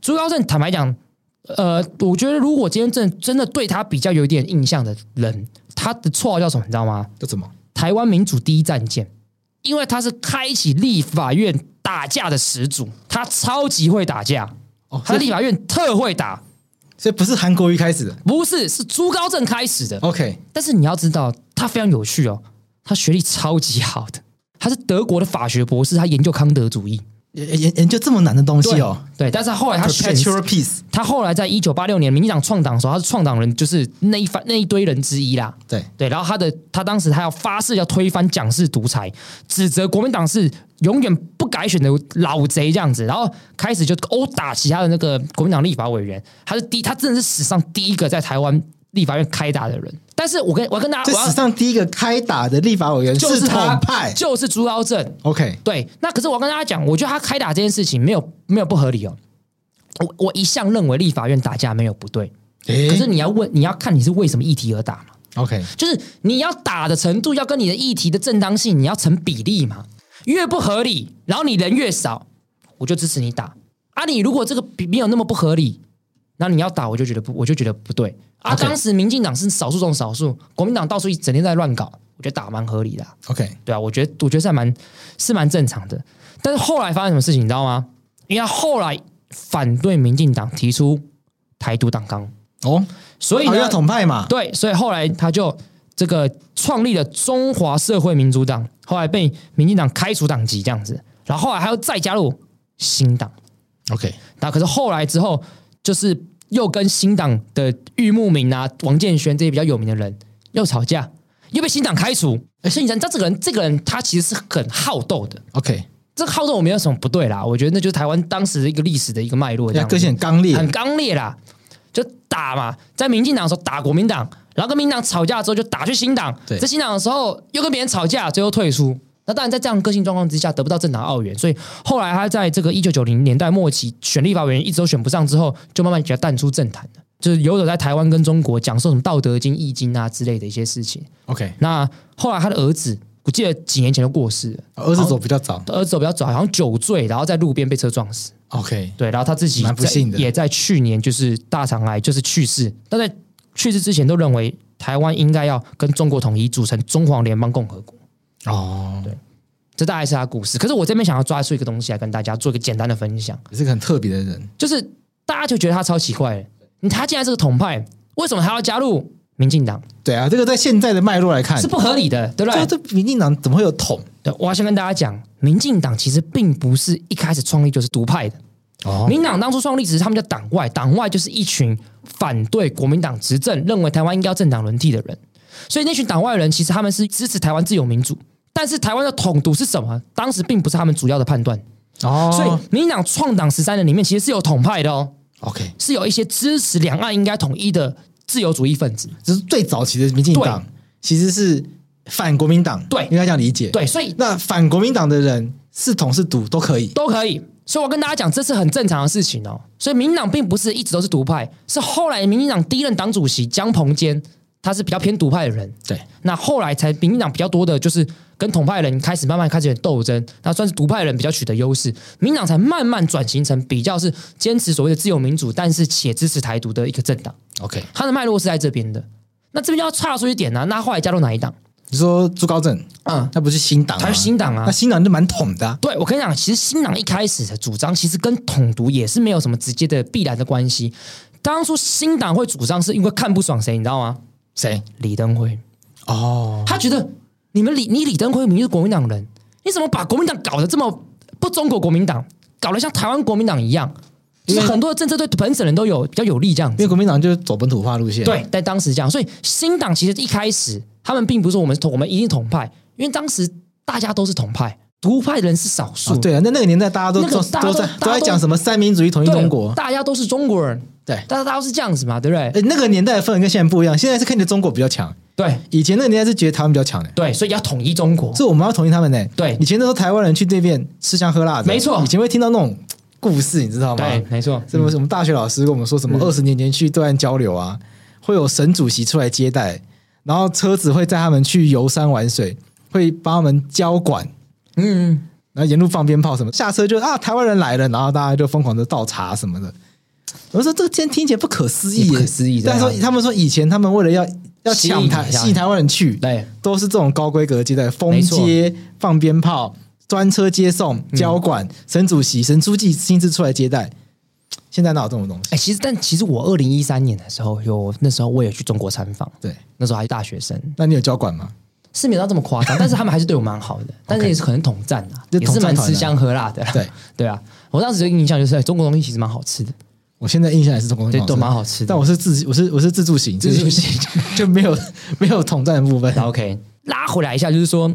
S3: 朱高正坦白讲，呃，我觉得如果今天真的真的对他比较有一点印象的人，他的绰号叫什么，你知道吗？
S2: 这怎么？
S3: 台湾民主第一战舰，因为他是开启立法院打架的始祖，他超级会打架，
S2: 哦，
S3: 他
S2: 所
S3: 在
S2: 以
S3: 立法院特会打，
S2: 所以不是韩国瑜开始的。
S3: 不是是朱高正开始的。
S2: OK，
S3: 但是你要知道，他非常有趣哦，他学历超级好的，他是德国的法学博士，他研究康德主义。
S2: 研研研究这么难的东西哦。
S3: 对，哎但是后来他选，
S2: Perpetual peace，
S3: 他后来在一九八六年民进党创党的时候，他是创党人，就是那一番那一堆人之一啦。
S2: 对，
S3: 对，然后他的他当时他要发誓要推翻蒋氏独裁，指责国民党是永远不改选的老贼这样子，然后开始就殴打其他的那个国民党立法委员，他是第他真的是史上第一个在台湾立法院开打的人。但是我跟我要跟大家，
S2: 这
S3: 啊我要
S2: 史上第一个开打的立法委员
S3: 就是是
S2: 统
S3: 他
S2: 派。
S3: 就是朱高正。
S2: OK，
S3: 对，那可是我要跟大家讲，我觉得他开打这件事情没有没有不合理哦。我我一向认为立法院打架没有不对，可
S2: 可
S3: 是你要问，你要看你是为什么议题而打嘛？
S2: OK，
S3: 就是你要打的程度要跟你的议题的正当性你要成比例嘛，越不合理，然后你人越少，我就支持你打。啊，你如果这个比没有那么不合理，那你要打我就觉得不，我就觉得不对。啊
S2: OK
S3: 当时民进党是少数中的少数，国民党到处一整天在乱搞，我觉得打蛮合理的啊、
S2: OK，
S3: 对啊，我觉得我觉得是还蛮是蛮正常的。但是后来发生什么事情，你知道吗？因为他后来反对民进党提出台独党纲，
S2: 哦，
S3: 所以
S2: 哦
S3: 呢，
S2: 要统派嘛，
S3: 对，所以后来他就这个创立了中华社会民主党，后来被民进党开除党籍这样子，然后后来还要再加入新党，
S2: OK，
S3: 那可是后来之后，就是又跟新党的郁慕明啊、王建轩这些比较有名的人又吵架，又被新党开除。哎所以你知道这个人，这个人他其实是很好斗的。
S2: OK，
S3: 这个好斗我没有什么不对啦，我觉得那就是台湾当时的一个历史的一个脉络，这
S2: 要
S3: 样
S2: 个性很刚烈，
S3: 很刚烈啦，就打嘛，在民进党的时候打国民党，然后跟民进党吵架之后就打去新党，
S2: 对
S3: 在新党的时候又跟别人吵架，最后退出。那当然，在这样个性状况之下，得不到政党澳元，所以后来他在这个一九九零年代末期选立法委员一直都选不上之后，就慢慢比较淡出政坛了。就是游走在台湾跟中国讲授什么《道德经》《易经》啊之类的一些事情。
S2: OK，
S3: 那后来他的儿子，我记得几年前就过世了，
S2: 哦儿子走比较早
S3: 儿子走比较早，好像酒醉，然后在路边被车撞死。
S2: ，OK，
S3: 对，然后他自己
S2: 蛮不
S3: 在
S2: 幸的
S3: 也在去年就是大肠癌就是去世，但在去世之前都认为台湾应该要跟中国统一，组成中华联邦共和国。
S2: 哦，
S3: 这大概是他的故事。可是我这边想要抓出一个东西来跟大家做一个简单的分享，
S2: 也是个很特别的人，
S3: 就是大家就觉得他超奇怪的，他竟然是个统派，为什么他要加入民进党？
S2: 对啊，这个在现在的脉络来看
S3: 是，不合理的，对不
S2: 对啊，
S3: 对？
S2: 哎这民进党怎么会有统？
S3: 对，我要先跟大家讲，民进党其实并不是一开始创立就是独派的。
S2: 哦
S3: 民进党当初创立只是他们叫党外，党外就是一群反对国民党执政、认为台湾应该要政党轮替的人。所以那群党外人其实他们是支持台湾自由民主，但是台湾的统独是什么？当时并不是他们主要的判断。
S2: 哦，
S3: 所以民进党创党十三年里面，其实是有统派的哦，
S2: OK，
S3: 是有一些支持两岸应该统一的自由主义分子。
S2: 就是最早期的民进党其实是反国民党，
S3: 对
S2: 应该这样理解。，
S3: 对，所以
S2: 那反国民党的人是统是独都可以。
S3: 都可以。所以我跟大家讲，这是很正常的事情哦。所以民进党并不是一直都是独派，是后来民进党第一任党主席江鹏坚，他是比较偏独派的人。
S2: 对，
S3: 那后来才民进党比较多的就是跟统派人开始慢慢开始有点斗争，那算是独派人比较取得优势，民进党才慢慢转型成比较是坚持所谓的自由民主，但是且支持台独的一个政党。
S2: OK，
S3: 它的脉络是在这边的。那这边就要岔出一点呢、那后来加入哪一党？
S2: 你说朱高正，
S3: 嗯，
S2: 他不是新党吗，
S3: 他是新党啊
S2: 那新党就蛮统的啊、
S3: 对，我跟你讲，其实新党一开始的主张其实跟统独也是没有什么直接的必然的关系。当初新党会主张是因为看不爽谁，你知道吗？
S2: 谁？
S3: 李登辉，
S2: 哦，
S3: 他觉得你们李你李登辉明明是国民党人，你怎么把国民党搞得这么不中国国民党，搞得像台湾国民党一样？就是很多的政策对本省人都有比较有利这样
S2: 因为
S3: 子。
S2: 国民党就是走本土化路线，，
S3: 对，在当时这样，所以新党其实一开始他们并不是说我们是同我们一定统派，因为当时大家都是统派，独派的人是少数。
S2: 哦、对啊，那那个年代大家都
S3: 那个
S2: 都
S3: 大家
S2: 都
S3: 都
S2: 在
S3: 大家
S2: 都在
S3: 都
S2: 讲什么三民主义统一
S3: 对
S2: 中国，
S3: 大家都是中国人，
S2: 对。
S3: 大家大家都是这样子嘛，对不对？
S2: 哎，那个年代的氛围跟现在不一样，现在是看见中国比较强，
S3: 对
S2: 以前那个年代是觉得台湾比较强的，
S3: 对，所以要统一中国。
S2: 所以我们要同意他们呢。
S3: 对
S2: 以前那时候台湾人去那边吃香喝辣的，
S3: 没错
S2: 以前会听到那种故事，你知道吗？
S3: 对，没错。
S2: 什么什么大学老师跟我们说什
S3: 嗯
S2: 么二十年前去对岸交流啊，会有省主席出来接待，然后车子会载他们去游山玩水，会帮他们交管，
S3: 嗯，嗯
S2: 然后沿路放鞭炮什么，下车就啊台湾人来了，然后大家就疯狂的倒茶什么的。我说这个天听起来不可思议耶，
S3: 不可思议对啊
S2: 但是说他们说以前他们为了要要
S3: 吸引
S2: 抢台
S3: 一下
S2: 吸引台湾人去，
S3: 对
S2: 都是这种高规格的接待，封
S3: 没错
S2: 街、放鞭炮、专车接送、交管、
S3: 嗯
S2: 省主席、省书记亲自出来接待。现在哪有这种东西？
S3: 哎、其实但其实我二零一三年的时候有，那时候我也去中国参访，
S2: 对，
S3: 那时候还是大学生，
S2: 那你有交管吗？
S3: 是没有到这么夸 张，但是他们还是对我蛮好的，但是也是可能统战啊，
S2: 就
S3: 也
S2: 统
S3: 是
S2: 战团啊
S3: 蛮吃香喝辣的啦。
S2: 对
S3: 对啊，我当时的印象就是，哎中国东西其实蛮好吃的，
S2: 我现在印象也是中国
S3: 对都蛮好吃的
S2: 但我是自我是我是自助型，
S3: 自助型
S2: 就没有没有统战的部分。
S3: 那 OK，拉回来一下，就是说，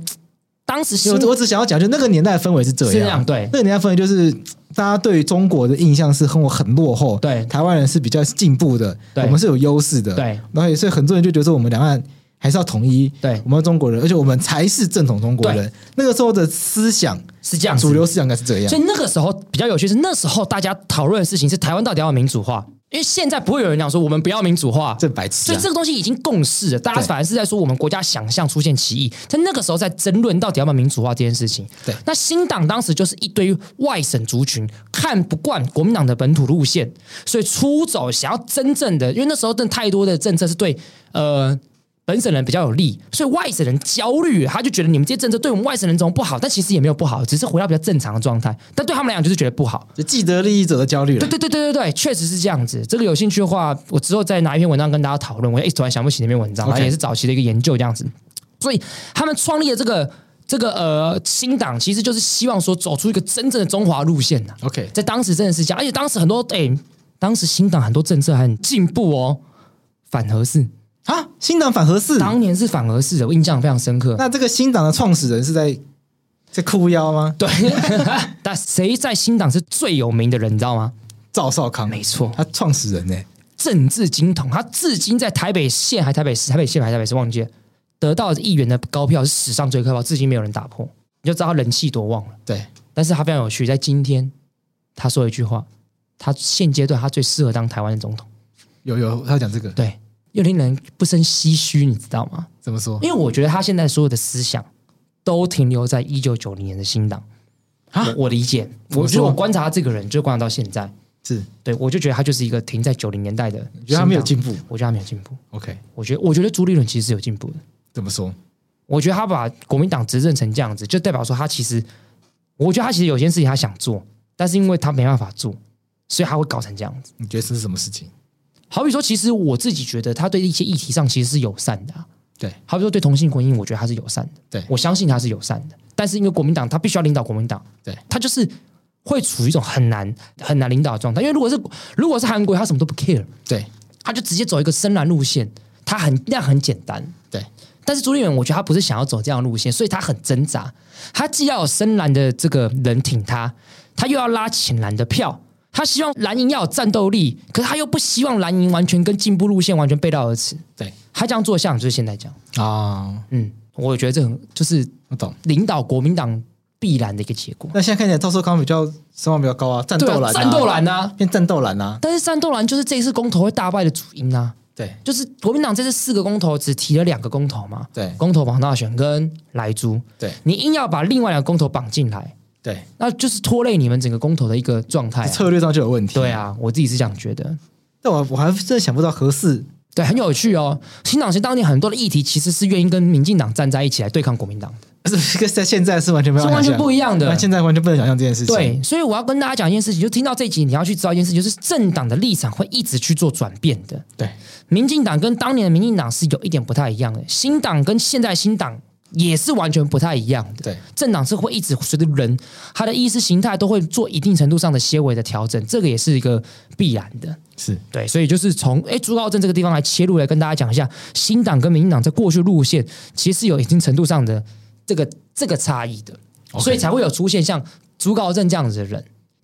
S3: 当时新
S2: 我我只想要讲，就那个年代的氛围是这样，
S3: 是这样对
S2: 那个年代氛围就是大家对于中国的印象是很我很落后，
S3: 对
S2: 台湾人是比较进步的，
S3: 对
S2: 我们是有优势的，
S3: 对，
S2: 然后也所以很多人就觉得说我们两岸还是要统一，
S3: 对
S2: 我们中国人，而且我们才是正统中国人。那个时候的思想，
S3: 是这样子
S2: 主流思想应该是这样
S3: 所，以那个时候比较有趣是，那时候大家讨论的事情是台湾到底要民主化，因为现在不会有人讲说我们不要民主化，
S2: 这白痴
S3: 所以
S2: 啊
S3: 这！个东西已经共识了，大家
S2: 对
S3: 反而是在说我们国家想象出现歧义，在那个时候在争论到底要不要民主化这件事情。
S2: 对
S3: 那新党当时就是一堆外省族群看不惯国民党的本土路线，所以出走想要真正的，因为那时候真的太多的政策是对呃。本省人比较有利，所以外省人焦虑，他就觉得你们这些政策对我们外省人怎么不好？但其实也没有不好，只是回到比较正常的状态。但对他们来讲，就是觉得不好。
S2: 就既得利益者的焦虑了
S3: 对。对对对对对，确实是这样子。这个有兴趣的话，我之后再拿一篇文章跟大家讨论。我哎一直突然想不起那篇文章，
S2: OK
S3: 它也是早期的一个研究这样子。所以他们创立的这个这个呃新党，其实就是希望说走出一个真正的中华路线呐、啊
S2: OK，
S3: 在当时真的是这样，而且当时很多哎、当时新党很多政策还很进步哦，反核式，
S2: 啊，新党反核四，
S3: 当年是反核式的，我印象非常深刻。
S2: 那这个新党的创始人是在在哭腰吗？
S3: 对，但谁在新党是最有名的人，你知道吗？
S2: 赵少康，
S3: 没错，
S2: 他创始人呢、
S3: 政治金童，他至今在台北县还台北市、台北县还台北市忘记了，得到议员的高票是史上最高票，至今没有人打破，你就知道他人气多旺了。
S2: 对，
S3: 但是他非常有趣，在今天他说了一句话，他现阶段他最适合当台湾的总统，
S2: 有有，他讲这个
S3: 对，又令人不生唏嘘，你知道吗？
S2: 怎么说
S3: 因为我觉得他现在所有的思想都停留在一九九零年的新党。
S2: 啊
S3: 我我理解，
S2: 么
S3: 我觉得
S2: 说
S3: 我观察这个人，就观察到现在，
S2: 是？
S3: 对我就觉得他就是一个停在九零年代的。
S2: 你觉得他没有进步
S3: 我觉得他没有进步。
S2: ？OK，
S3: 我觉得，我觉得朱立伦其实是有进步的。
S2: 怎么说？
S3: 我觉得他把国民党执政成这样子，就代表说他其实，我觉得他其实有些事情他想做，但是因为他没办法做，所以他会搞成这样子。
S2: 你觉得这是什么事情？
S3: 好比说，其实我自己觉得他对一些议题上其实是友善的、啊，
S2: 对，
S3: 好比说对同性婚姻，我觉得他是友善的，
S2: 对
S3: 我相信他是友善的。但是因为国民党他必须要领导国民党，
S2: 对
S3: 他就是会处于一种很难很难领导的状态。因为如果是如果是韩国，他什么都不 care，
S2: 对
S3: 他就直接走一个深蓝路线，他很那样很简单。
S2: 对，
S3: 但是朱立伦，我觉得他不是想要走这样的路线，所以他很挣扎。他既要有深蓝的这个人挺他，他又要拉浅蓝的票。他希望蓝营要有战斗力，可是他又不希望蓝营完全跟进步路线完全背道而驰。
S2: 对
S3: 他这样做像就是现在这样，
S2: 啊，
S3: 嗯，我觉得这很就是
S2: 我懂。
S3: 领导国民党必然的一个结果。
S2: 那现在看起来，赵少康比较声望比较高啊，战斗
S3: 对
S2: 蓝、
S3: 啊战斗蓝啊
S2: 变战斗蓝啊，
S3: 但是战斗蓝就是这一次公投会大败的主因啊，
S2: 对
S3: 就是国民党这次四个公投只提了两个公投嘛，
S2: 对
S3: 公投王大选跟莱猪，
S2: 对
S3: 你硬要把另外两个公投绑进来，
S2: 对，
S3: 那就是拖累你们整个公投的一个状态啊、
S2: 策略上就有问题。
S3: 对，啊，我自己是这样觉得。
S2: 但我我还真的想不到合适。
S3: 对，很有趣哦。新党其实当年很多的议题其实是愿意跟民进党站在一起来对抗国民党的，
S2: 是不是跟在现在是完全没有
S3: 是完全不一样的
S2: 那现在完全不能想象这件事情。
S3: 对，所以我要跟大家讲一件事情，就听到这一集，你要去知道一件事情，就是政党的立场会一直去做转变的。
S2: 对
S3: 民进党跟当年的民进党是有一点不太一样的，新党跟现在的新党也是完全不太一样的。
S2: 对
S3: 政党是会一直随着人他的意识形态都会做一定程度上的些微的调整，这个也是一个必然的。
S2: 是
S3: 对，所以就是从诶朱高正这个地方来切入来跟大家讲一下，新党跟民进党在过去路线其实是有一定程度上的这个这个差异的，所以才会有出现像朱高正这样子的人，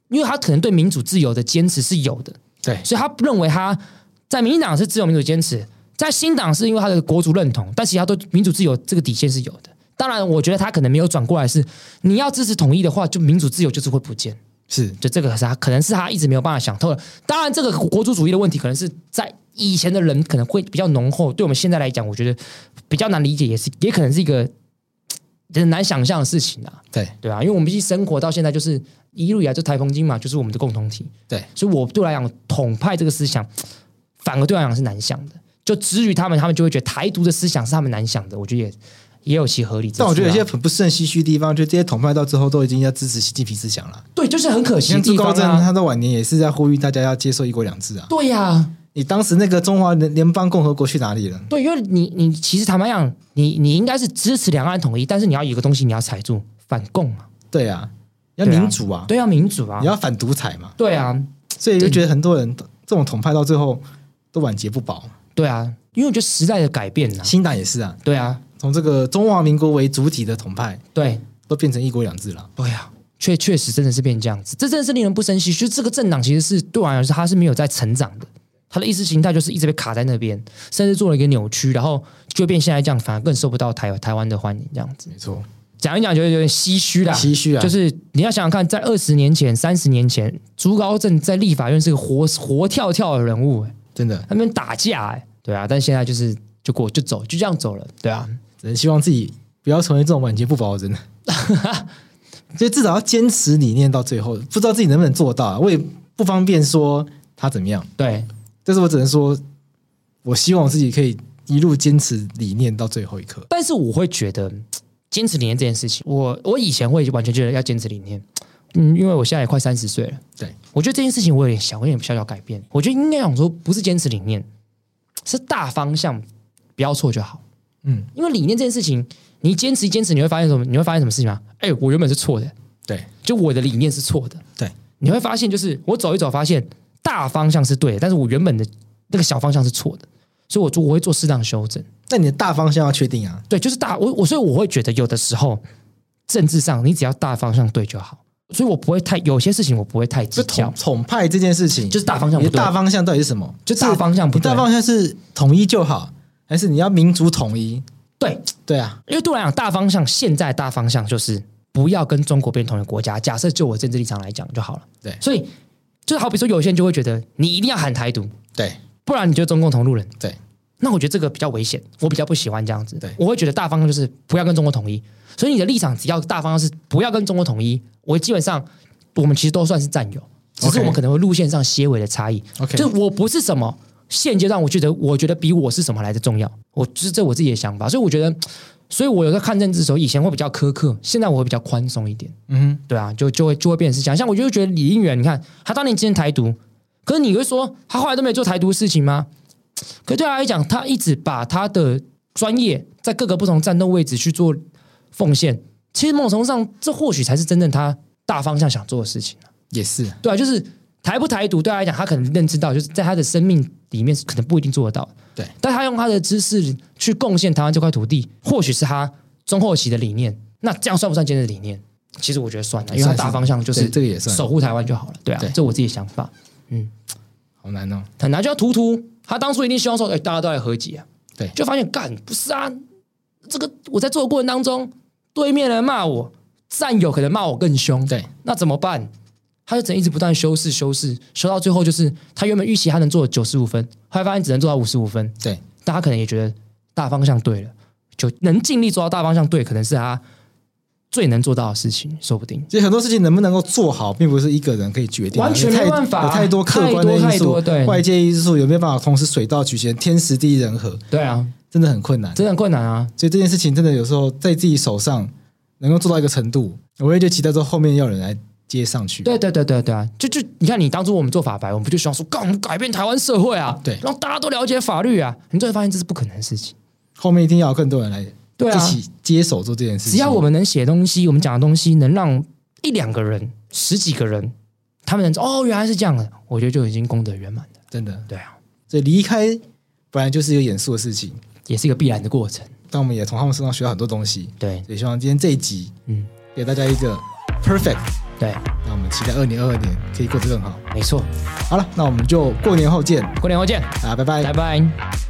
S3: 因为他可能对民主自由的坚持是有的，
S2: 对
S3: 所以他认为他在民进党是自由民主坚持，在新党是因为他的国族认同，但其实他对民主自由这个底线是有的。当然，我觉得他可能没有转过来是，你要支持统一的话，就民主自由就是会不见。
S2: 是
S3: 就这个是他可能是他一直没有办法想透的。当然，这个国族主义的问题，可能是在以前的人可能会比较浓厚，对我们现在来讲，我觉得比较难理解，也是也可能是一个嘖很难想象的事情啊，
S2: 对
S3: 对啊，因为我们毕竟生活到现在，就是一路以来就台风经嘛，就是我们的共同体，
S2: 对
S3: 所以我对我来讲，统派这个思想，嘖反而对我来讲是难想的。就至于他们，他们就会觉得台独的思想是他们难想的，我觉得也也有其合理之处啊。
S2: 但我觉得有些很不胜唏嘘的地方，就这些统派到最后都已经要支持习近平思想了。
S3: 对，就是很可惜的
S2: 像朱
S3: 地方
S2: 高正，
S3: 啊。
S2: 他到晚年也是在呼吁大家要接受一国两制啊。
S3: 对呀、
S2: 你当时那个中华联联邦共和国去哪里了？
S3: 对，因为你你其实坦白讲，你你应该是支持两岸统一，但是你要有一个东西你要踩住，反共嘛，
S2: 对啊，要
S3: 对啊
S2: 民主啊，
S3: 对啊，民主啊
S2: 你，要反独裁嘛。
S3: 对啊，
S2: 所以就觉得很多人这种统派到最后都晚节不保。
S3: 对啊，因为我觉得时代的改变呐、
S2: 新党也是啊，
S3: 对啊，
S2: 从这个中华民国为主体的统派，
S3: 对
S2: 都变成一国两制了。
S3: 对啊，确确实真的是变这样子，这真的是令人不生唏嘘。就这个政党其实是对我来说，它是没有在成长的，它的意识形态就是一直被卡在那边，甚至做了一个扭曲，然后就变现在这样，反而更受不到台台湾的欢迎这样子。
S2: 没错，
S3: 讲一讲觉得有点唏嘘啦，
S2: 唏嘘啊
S3: 就是你要想想看，在二十年前、三十年前，朱高正在立法院是个活活跳跳的人物、欸，
S2: 真的
S3: 他们打架、欸，对啊，但现在就是就过就走，就这样走了，对啊，
S2: 只能希望自己不要成为这种晚节不保的人。 所以至少要坚持理念到最后，不知道自己能不能做到、啊，我也不方便说他怎么样，
S3: 对
S2: 但是我只能说，我希望我自己可以一路坚持理念到最后一刻。
S3: 但是我会觉得嘖坚持理念这件事情，我我以前会完全觉得要坚持理念，嘖嗯，因为我现在也快三十岁了，
S2: 对，
S3: 我觉得这件事情我有点小，我有点小小改变，我觉得应该讲说不是坚持理念，是大方向不要错就好。
S2: 嗯，
S3: 因为理念这件事情，你坚持坚持，你会发现什么？你会发现什么事情吗？哎，我原本是错的，
S2: 对
S3: 就我的理念是错的。
S2: 对，
S3: 你会发现，就是我走一走，发现大方向是对的，但是我原本的那个小方向是错的，所以我做我会做适当的修正。
S2: 那你的大方向要确定啊。
S3: 对，就是大我我，所以我会觉得有的时候政治上你只要大方向对就好，所以我不会太有些事情我不会太计
S2: 就
S3: 较
S2: 统。统派这件事情，
S3: 就是大方向
S2: 你
S3: 不
S2: 的
S3: 对
S2: 大方向到底是什么？
S3: 就大方向不
S2: 你
S3: 对
S2: 大方向是统一就好，还是你要民族统一？
S3: 对，
S2: 对啊，
S3: 因为对我来讲，大方向现在大方向就是不要跟中国变同一个国家。假设就我政治立场来讲就好了。
S2: 对
S3: 所以就好比说，有些人就会觉得你一定要喊台独，
S2: 对
S3: 不然你就中共同路人。
S2: 对，
S3: 那我觉得这个比较危险，我比较不喜欢这样子。
S2: 对
S3: 我会觉得大方向就是不要跟中国统一。所以你的立场只要大方向是不要跟中国统一，我基本上我们其实都算是战友，只是
S2: OK
S3: 我们可能会路线上些微的差异。
S2: OK
S3: 就是我不是什么现阶段，我觉得我觉得比我是什么来的重要，我就是这我自己的想法。所以我觉得，所以我有在看政治的时候，以前会比较苛刻，现在我会比较宽松一点。
S2: 嗯
S3: 对啊，就就会就会变成是这样。像我就觉得李应元，你看他当年支持台独，可是你会说他后来都没有做台独事情吗？可对他来讲，他一直把他的专业在各个不同战斗位置去做奉献。其实某种程度上，这或许才是真正他大方向想做的事情。
S2: 也是，
S3: 对啊，就是台不台独，对他来讲，他可能认知到，就是在他的生命里面是可能不一定做得到的。
S2: 对
S3: 但他用他的知识去贡献台湾这块土地，或许是他中后期的理念。那这样算不算坚持理念？其实我觉得算了，因为他
S2: 算
S3: 大
S2: 算
S3: 方向就是
S2: 对这个也算
S3: 守护台湾就好了。对啊
S2: 对，
S3: 这我自己的想法。
S2: 好难哦。
S3: 很难就要突突，他当初一定希望说，哎、大家都来和解啊。
S2: 对
S3: 就发现干不是啊，这个我在做的过程当中，对面人骂我，战友可能骂我更凶，
S2: 对，
S3: 那怎么办？他就只能一直不断修饰、修饰，修到最后就是他原本预期他能做九十五分，后来发现只能做到五十五分。
S2: 对，
S3: 大家可能也觉得大方向对了，就能尽力做到大方向对，可能是他最能做到的事情，说不定。
S2: 其实很多事情能不能够做好，并不是一个人可以决定的，
S3: 完全
S2: 有太
S3: 没办法
S2: 有太多客观的
S3: 太多
S2: 因素，
S3: 太多对
S2: 外界因素有没有办法同时水到渠成，天时地利人和，
S3: 对啊，
S2: 真的很困难。
S3: 真的很困难啊。
S2: 所以这件事情真的有时候在自己手上能够做到一个程度，我会就期待说后面要有人来接上去。
S3: 对对对对对啊！就就你看，你当初我们做法白，我们不就希望说，干我们改变台湾社会啊，
S2: 对
S3: 让大家都了解法律啊。你最后发现这是不可能的事情。
S2: 后面一定要有更多人来
S3: 对啊
S2: 一起接手做这件事情。
S3: 只要我们能写东西，我们讲的东西能让一两个人、十几个人，他们能知道哦，原来是这样的，我觉得就已经功德圆满了。
S2: 真的，
S3: 对啊，
S2: 所以离开本来就是一个严肃的事情，
S3: 也是一个必然的过程。
S2: 但我们也从他们身上学到很多东西。
S3: 对，
S2: 所以希望今天这一集
S3: 嗯，
S2: 给大家一个 perfect，
S3: 对，
S2: 那我们期待二零二二年可以过得更好。
S3: 没错。
S2: 好了，那我们就过年后见，
S3: 过年后见，
S2: 啊，拜拜
S3: 拜拜。